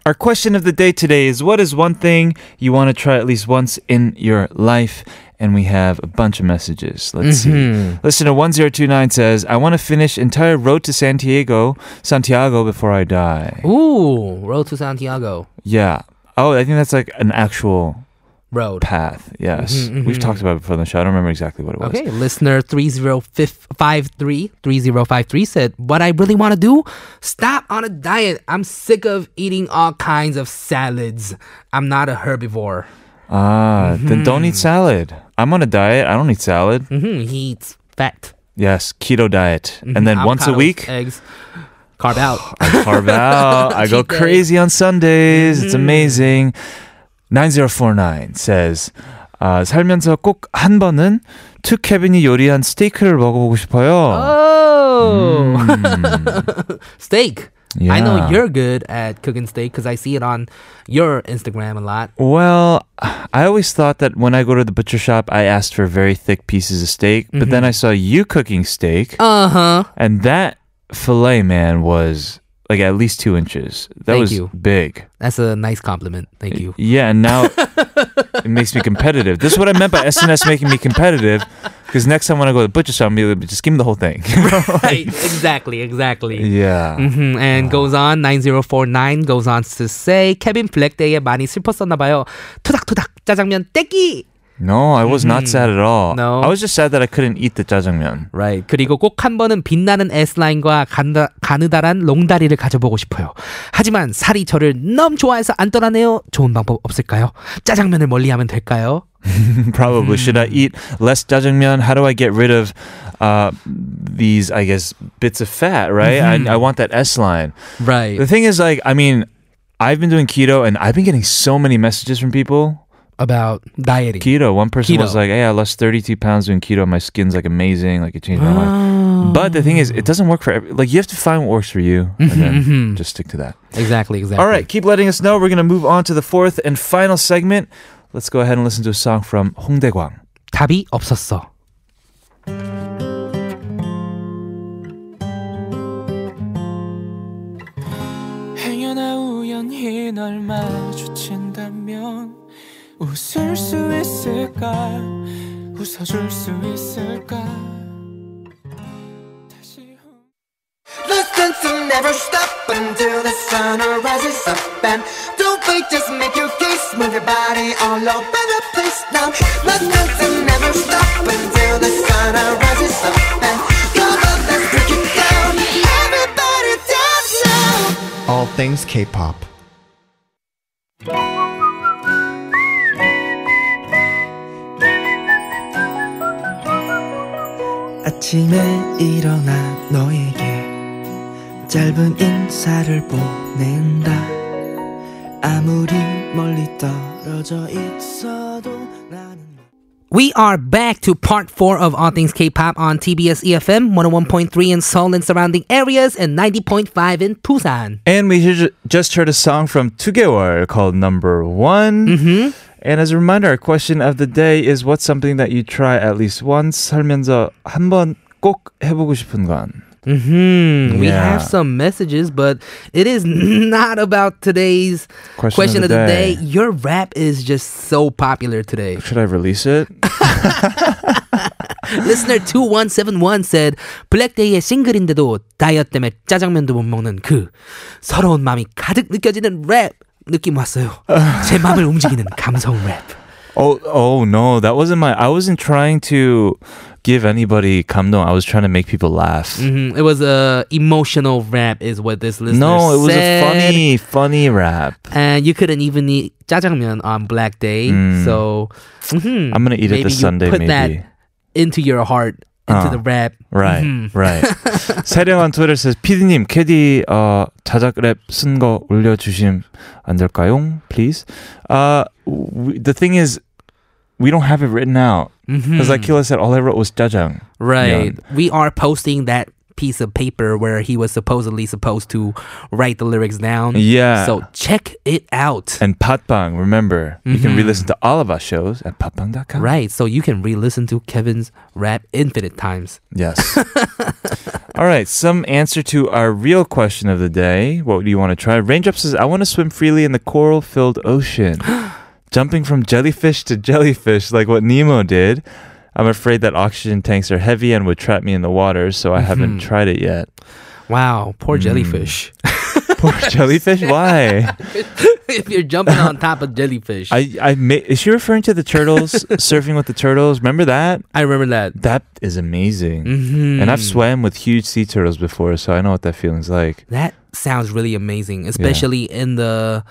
[SPEAKER 2] Our question of the day today is what is one thing you want to try at least once in your life? And we have a bunch of messages. Let's
[SPEAKER 1] Mm-hmm.
[SPEAKER 2] see. Listener 1029 says, I want to finish entire road to Santiago, Santiago before I die.
[SPEAKER 1] Ooh, road to Santiago.
[SPEAKER 2] Yeah. Oh, I think that's like an actual
[SPEAKER 1] Road.
[SPEAKER 2] path. Yes. We've talked about it before on the show. I don't remember exactly what it was.
[SPEAKER 1] Mm-hmm, Okay, listener 3053 3053 said, What I really want to do? Stop on a diet. I'm sick of eating all kinds of salads. I'm not a herbivore.
[SPEAKER 2] Ah, then don't eat
[SPEAKER 1] Mm-hmm.
[SPEAKER 2] salad. I'm on a diet. I don't eat salad.
[SPEAKER 1] hmm he eats fat. Mm-hmm,
[SPEAKER 2] Yes, keto diet. And then once a
[SPEAKER 1] Avocados,
[SPEAKER 2] week,
[SPEAKER 1] Eggs. Carb out.
[SPEAKER 2] I carve out. I go
[SPEAKER 1] Cheat day.
[SPEAKER 2] crazy on Sundays. It's
[SPEAKER 1] Mm-hmm.
[SPEAKER 2] amazing. 9049 says, 아, 살면서 꼭 한 번은 투 케빈이 요리한 스테이크를 먹어보고 싶어요.
[SPEAKER 1] Oh. steak. I know
[SPEAKER 2] Mm. Yeah.
[SPEAKER 1] you're good at cooking steak because I see it on your Instagram a lot.
[SPEAKER 2] Well, I always thought that when I go to the butcher shop, I asked for very thick pieces of steak, but then I
[SPEAKER 1] Mm-hmm.
[SPEAKER 2] saw you cooking steak,
[SPEAKER 1] Uh huh.
[SPEAKER 2] and that filet, man, was like at least two inches. That
[SPEAKER 1] Thank
[SPEAKER 2] was
[SPEAKER 1] you.
[SPEAKER 2] big.
[SPEAKER 1] That's a nice compliment. Thank you.
[SPEAKER 2] Yeah, and now it makes me competitive. This is what I meant by SNS making me competitive. Because next time when I go to the butcher shop, I'm gonna be like, just give me the whole thing.
[SPEAKER 1] right. Exactly. Exactly.
[SPEAKER 2] yeah.
[SPEAKER 1] Mhm, And goes on 9049 goes on to say 케빈 블랙데이에 많이 슬펐었나 봐요. 투닥투닥 짜장면 떼기.
[SPEAKER 2] No, I was not sad at all.
[SPEAKER 1] Mm-hmm. No.
[SPEAKER 2] I was just sad that I couldn't eat the jajangmyeon.
[SPEAKER 1] Right. 그리고 꼭 한 번은 빛나는 S라인과 간다, 가느다란 롱다리를 가져보고 싶어요. 하지만 살이 저를 너무 좋아해서 안 떠나네요. 좋은 방법 없을까요? 짜장면을 멀리하면 될까요?
[SPEAKER 2] Probably should I
[SPEAKER 1] Mm-hmm.
[SPEAKER 2] eat less jajangmyeon? How do I get rid of uh, these, I guess, bits of fat? Right.
[SPEAKER 1] Mm-hmm.
[SPEAKER 2] I, I want that S line.
[SPEAKER 1] Right.
[SPEAKER 2] The thing is, like, I mean, I've been doing keto, and I've been getting so many messages from people
[SPEAKER 1] About dieting.
[SPEAKER 2] keto. One person
[SPEAKER 1] Keto.
[SPEAKER 2] was like, "Hey, I lost 32 pounds doing keto. My skin's like amazing. Like it changed my life." But the thing is, it doesn't work for every. Like you have to find what works for you, and then just stick to that.
[SPEAKER 1] exactly. Exactly.
[SPEAKER 2] Mm-hmm. All right, keep letting us know. We're gonna move on to the fourth and final segment. Let's go ahead and listen to a song from Hongdae Gwang.
[SPEAKER 1] 답이 없었어.
[SPEAKER 7] 행여나 우연히 널 마주친다면 웃을 수 있을까 웃어줄 수 있을까 다시 혼-
[SPEAKER 3] The sense will never stop until the sun rises up and don't wait, just make your case, move your body all over the place now. The sense will never stop until the sun rises up and come on, let's break it down. Everybody dance now. All things K-pop. 아침에 일어나 너에게 짧은 인사를 보낸다 아무리 멀리 떨어져 있어도 나는
[SPEAKER 1] We are back to part four of All Things K-pop on TBS EFM 101.3 in Seoul and surrounding areas and 90.5 in Busan.
[SPEAKER 2] And we ju- just heard a song from Tugewar called Number One. Mm-hmm. And as a reminder, our question of the day is what's something that you try at least once? 살면서 한번 꼭 해보고 싶은 건?
[SPEAKER 1] Hmm, We
[SPEAKER 2] Yeah.
[SPEAKER 1] have some messages, but it is not about today's
[SPEAKER 2] Question of
[SPEAKER 1] question,
[SPEAKER 2] the
[SPEAKER 1] of, the
[SPEAKER 2] day.
[SPEAKER 1] day. Your rap is just so popular today.
[SPEAKER 2] Should I release it?
[SPEAKER 1] Listener 2171 said 블랙데이의 싱글인데도 다이어트 때문에 짜장면도 못 먹는 그 서러운 마음이 가득 느껴지는 랩 느낌 왔어요. 제 마음을 움직이는 감성 랩.
[SPEAKER 2] Oh, oh no, that wasn't my. I wasn't trying to give anybody 감동. I was trying to make people laugh.
[SPEAKER 1] Mhm. It was a emotional rap, is what this listener
[SPEAKER 2] No, it was a
[SPEAKER 1] said.
[SPEAKER 2] funny, funny rap.
[SPEAKER 1] And you couldn't even eat jajangmyeon on Black Day, so mhm,
[SPEAKER 2] I'm gonna Mm. eat it
[SPEAKER 1] maybe
[SPEAKER 2] this
[SPEAKER 1] you
[SPEAKER 2] Sunday,
[SPEAKER 1] Put that
[SPEAKER 2] maybe.
[SPEAKER 1] into your heart, into
[SPEAKER 2] Uh,
[SPEAKER 1] the rap.
[SPEAKER 2] Right,
[SPEAKER 1] Mhm.
[SPEAKER 2] right. 세령한 Twitter says, PD님, 캐디 어, 자작 랩쓴 거 올려주심 안 될까요? Please. Uh, we, the thing is, we don't have it written out. Because
[SPEAKER 1] Hmm.
[SPEAKER 2] like Kila said, all I wrote was 짜장.
[SPEAKER 1] Mm-hmm. Right.
[SPEAKER 2] Yeah.
[SPEAKER 1] We are posting that piece of paper where he was supposedly supposed to write the lyrics down.
[SPEAKER 2] Yeah.
[SPEAKER 1] So check it out.
[SPEAKER 2] And 팟빵, remember, you
[SPEAKER 1] Mm-hmm.
[SPEAKER 2] can re-listen to all of our shows at 팟빵.com.
[SPEAKER 1] Right. So you can re listen to Kevin's rap infinite times.
[SPEAKER 2] Yes. All right. Some answer to our real question of the day. What do you want to try? Raindrop says, I want to swim freely in the coral filled ocean. Jumping from jellyfish to jellyfish, like what Nemo did. I'm afraid that oxygen tanks are heavy and would trap me in the water, so I haven't tried it yet.
[SPEAKER 1] Wow. Poor
[SPEAKER 2] Mm.
[SPEAKER 1] jellyfish.
[SPEAKER 2] Poor jellyfish. Why?
[SPEAKER 1] if you're jumping on top of jellyfish. I,
[SPEAKER 2] I, I ma- is she referring to the turtles surfing with the turtles? Remember that?
[SPEAKER 1] remember that.
[SPEAKER 2] That is amazing.
[SPEAKER 1] Mm-hmm.
[SPEAKER 2] And
[SPEAKER 1] Mm.
[SPEAKER 2] I've swam with huge sea turtles before, so I know what that feeling's like.
[SPEAKER 1] That sounds really amazing, especially in the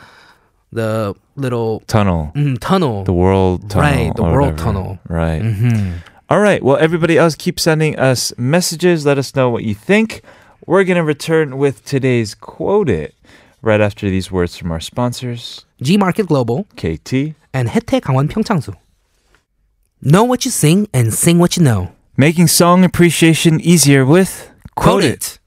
[SPEAKER 1] the little
[SPEAKER 2] Tunnel.
[SPEAKER 1] mm, tunnel. Mm-hmm.
[SPEAKER 2] The world tunnel.
[SPEAKER 1] Right, the
[SPEAKER 2] or
[SPEAKER 1] world tunnel.
[SPEAKER 2] whatever.
[SPEAKER 1] Mm.
[SPEAKER 2] Right. All right. Well, everybody else, keep sending us messages. Let us know what you think. We're going to return with today's quote it right after these words from our sponsors,
[SPEAKER 1] G Market Global.
[SPEAKER 2] KT.
[SPEAKER 1] and 혜태 강원 평창수. Know what you sing and sing what you know.
[SPEAKER 2] Making song appreciation easier with
[SPEAKER 1] Quote it.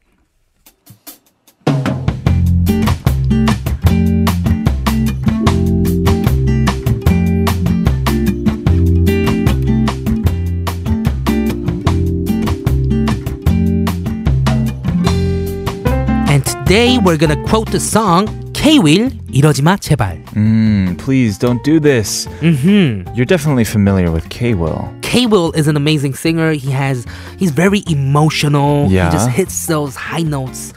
[SPEAKER 1] And today we're gonna quote the song K Will 이러지 마 제발.
[SPEAKER 2] Mm, please don't do this.
[SPEAKER 1] Mhm.
[SPEAKER 2] You're definitely familiar with K Will.
[SPEAKER 1] K Will is an amazing singer. He has he's very emotional.
[SPEAKER 2] Yeah.
[SPEAKER 1] He just hits those high notes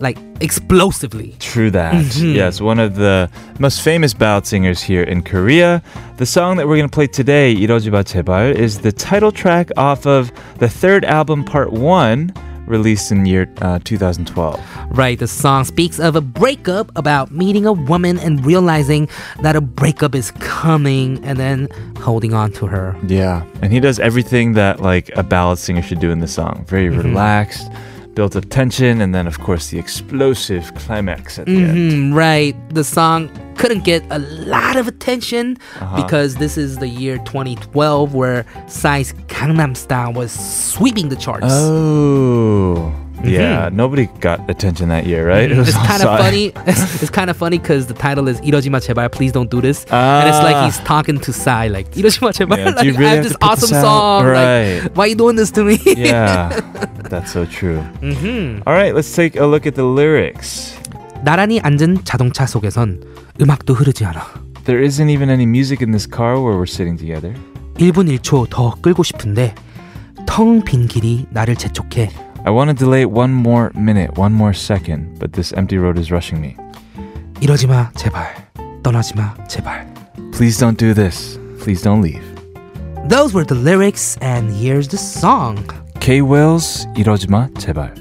[SPEAKER 1] like explosively.
[SPEAKER 2] True that.
[SPEAKER 1] Mm-hmm.
[SPEAKER 2] Yes, one of the most famous ballad singers here in Korea. The song that we're going to play today, 이러지 마 제발, is the title track off of the third album, Part 1, released in year uh, 2012.
[SPEAKER 1] Right, the song speaks of a breakup about meeting a woman and realizing that a breakup is coming and then holding on to her.
[SPEAKER 2] Yeah. And he does everything that like a ballad singer should do in the song. Very
[SPEAKER 1] Mm-hmm.
[SPEAKER 2] relaxed, built up tension, and then of course the explosive climax at the
[SPEAKER 1] Mm,
[SPEAKER 2] end.
[SPEAKER 1] right, the song couldn't get a lot of attention
[SPEAKER 2] Uh-huh.
[SPEAKER 1] because this is the year 2012 where Psy's Gangnam Style was sweeping the charts.
[SPEAKER 2] Oh. Yeah, nobody got attention that year, right? It was
[SPEAKER 1] Mm-hmm. It's
[SPEAKER 2] all
[SPEAKER 1] kind
[SPEAKER 2] Psy.
[SPEAKER 1] of funny. It's, kind of funny because the title is "이러지 마 제발, please don't do this," and it's like
[SPEAKER 2] Ah.
[SPEAKER 1] he's talking to Psy, like "이러지 마 제발,
[SPEAKER 2] Yeah,
[SPEAKER 1] like,
[SPEAKER 2] do you really
[SPEAKER 1] I have
[SPEAKER 2] have to
[SPEAKER 1] this
[SPEAKER 2] put
[SPEAKER 1] awesome
[SPEAKER 2] this out?
[SPEAKER 1] song,
[SPEAKER 2] Right.
[SPEAKER 1] like why you doing this to me?"
[SPEAKER 2] yeah, that's so true. Mm-hmm. right, let's take a look at the lyrics.
[SPEAKER 1] 나란히 앉은 자동차 속에선 음악도 흐르지 않아.
[SPEAKER 2] There isn't even any music in this car where we're sitting together.
[SPEAKER 1] 1분 1초 더 끌고 싶은데 텅 빈 길이 나를 재촉해.
[SPEAKER 2] I want to delay one more minute, one more second, but this empty road is rushing me.
[SPEAKER 1] 이러지 마 제발, 떠나지 마 제발.
[SPEAKER 2] Please don't do this. Please don't leave.
[SPEAKER 1] Those were the lyrics, and here's the song.
[SPEAKER 2] K. Wills, 이러지 마, 제발.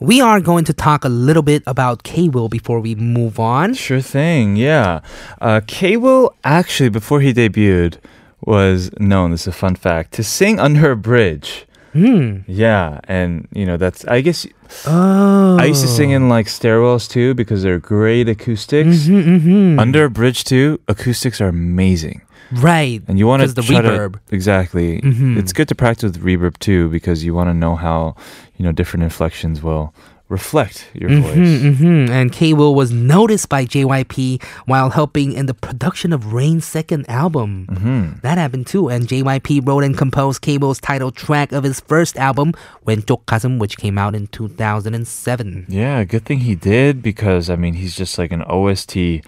[SPEAKER 1] We are going to talk a little bit about K Will before we move on.
[SPEAKER 2] Sure thing, yeah. Uh, K. Will, actually, before he debuted, was known, this is a fun fact, to sing under a bridge.
[SPEAKER 1] Hmm.
[SPEAKER 2] Yeah, and you know that's I guess
[SPEAKER 1] Oh.
[SPEAKER 2] I used to sing in like stairwells too because they're great acoustics.
[SPEAKER 1] Mm-hmm,
[SPEAKER 2] Under a bridge too, acoustics are amazing.
[SPEAKER 1] Right.
[SPEAKER 2] And you want to
[SPEAKER 1] Because the
[SPEAKER 2] try to-
[SPEAKER 1] reverb.
[SPEAKER 2] exactly.
[SPEAKER 1] Mhm.
[SPEAKER 2] It's good to practice with reverb too because you want to know how you know different inflections will reflect your voice.
[SPEAKER 1] Mhm, mhm. And K Will was noticed by JYP while helping in the production of Rain's second album.
[SPEAKER 2] Mm-hmm.
[SPEAKER 1] That happened too. And JYP wrote and composed K Will's title track of his first album, 왼쪽 가슴, which came out in 2007.
[SPEAKER 2] Yeah, good thing he did because I mean he's just like an OST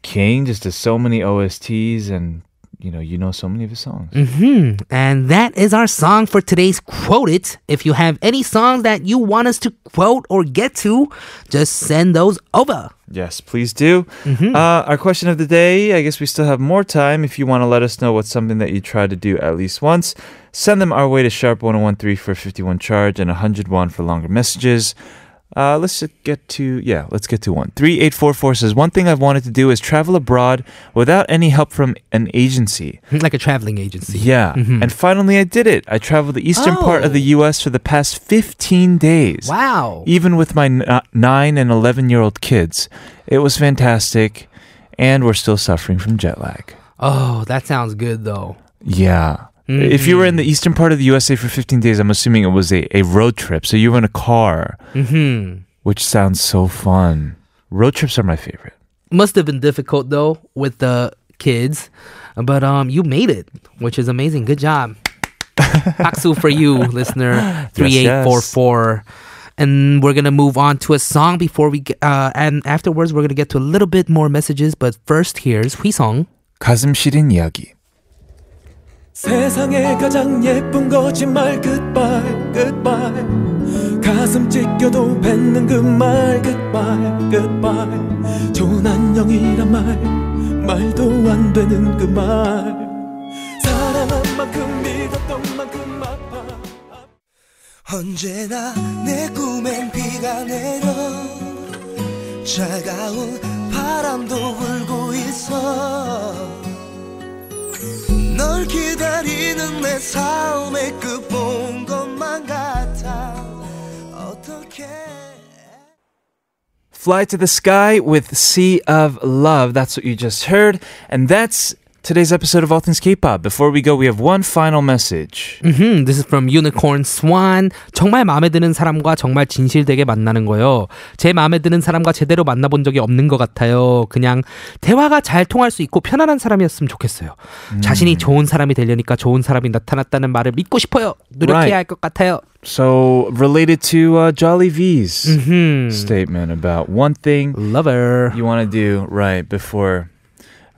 [SPEAKER 2] king. Just does so many OSTs, and you know you know so many of his songs.
[SPEAKER 1] hmm And that is our song for today's Quote It. If you have any songs that you want us to quote or get to, just send those over.
[SPEAKER 2] Yes, please do. Uh, our question of the day. I guess we still have more time. If you want to let us know what's something that you tried to do at least once, send them our way to sharp 1013 for 51 charge and 101 for longer messages. Uh, let's just get to yeah. Let's get to one. Three eight four four says one thing I've wanted to do is travel abroad without any help from an agency.
[SPEAKER 1] Like a traveling agency.
[SPEAKER 2] Yeah. And finally, I did it. I traveled the eastern part of the U.S. for the past 15 days.
[SPEAKER 1] Wow.
[SPEAKER 2] Even with my n- 9 and 11 year old kids. It was fantastic. And we're still suffering from jet lag.
[SPEAKER 1] Oh, that sounds good though.
[SPEAKER 2] Yeah. If you were in the eastern part of the USA for 15 days, I'm assuming it was a, a road trip. So you were in a car,
[SPEAKER 1] hmm
[SPEAKER 2] which sounds so fun. Road trips are my favorite.
[SPEAKER 1] Must have been difficult though with the kids, but um, you made it, which is amazing. Good job. Paksu for you, listener. Three eight four four. And we're gonna move on to a song before we get, uh, and afterwards we're gonna get to a little bit more messages. But first, here's Huisong.
[SPEAKER 2] 가슴 시린 이야기.
[SPEAKER 11] 세상에 가장 예쁜 거짓말 goodbye goodbye 가슴 찢겨도 뱉는 그 말 goodbye goodbye 좋은 안녕이란 말 말도 안 되는 그 말 사랑한 만큼 믿었던 만큼 아파
[SPEAKER 8] 언제나 내 꿈엔 비가 내려 차가운 바람도 불고 있어 널 기다리는 내 삶의 끝본 것만 같아 어떻게
[SPEAKER 2] Fly to the Sky with Sea of Love. That's what you just heard. And that's today's episode of All Things K-Pop. Before we go, we have one final message.
[SPEAKER 1] Mm-hmm. This is from Unicorn Swan. 정말 마음에 드는 사람과 정말 진실되게 만나는 거요. 제 마음에 드는 사람과 제대로 만나본 적이 없는 것 같아요. 그냥 대화가 잘 통할 수 있고 편안한 사람이었으면 좋겠어요. 자신이 좋은 사람이 되려니까 좋은 사람이 나타났다는 말을 믿고 싶어요. 노력해야
[SPEAKER 2] Right.
[SPEAKER 1] 할 것 같아요.
[SPEAKER 2] So, related to uh, Jolly V's
[SPEAKER 1] 음. Mm-hmm.
[SPEAKER 2] statement about one thing
[SPEAKER 1] lover
[SPEAKER 2] you want to do right before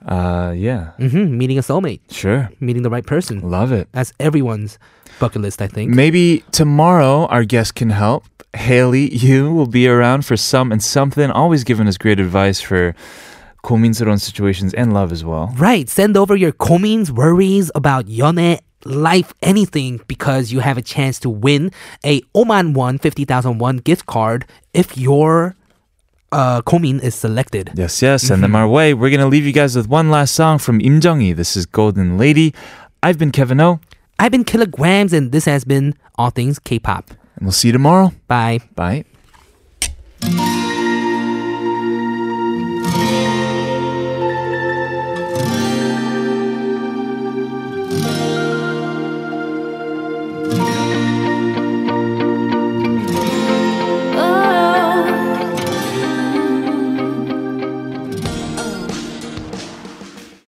[SPEAKER 2] uh yeah.
[SPEAKER 1] Mm-hmm. Meeting a soulmate,
[SPEAKER 2] Sure.
[SPEAKER 1] meeting the right person.
[SPEAKER 2] Love it.
[SPEAKER 1] That's everyone's bucket list, I think.
[SPEAKER 2] Maybe tomorrow our guest can help. Haley, you will be around for some and something, always giving us great advice for 고민스러운 situations and love as well.
[SPEAKER 1] Right. Send over your comments, worries about Yone, life, anything, because you have a chance to win a Oman One 50,000 won gift card if your uh, komin is selected.
[SPEAKER 2] Yes, yes, send them our way. We're going to leave you guys with one last song from Im Jong-hee. This is Golden Lady. I've been Kevin O,
[SPEAKER 1] I've been Kilograms, and this has been All Things K-Pop.
[SPEAKER 2] and we'll see you tomorrow.
[SPEAKER 1] Bye.
[SPEAKER 2] Bye.
[SPEAKER 10] Oh.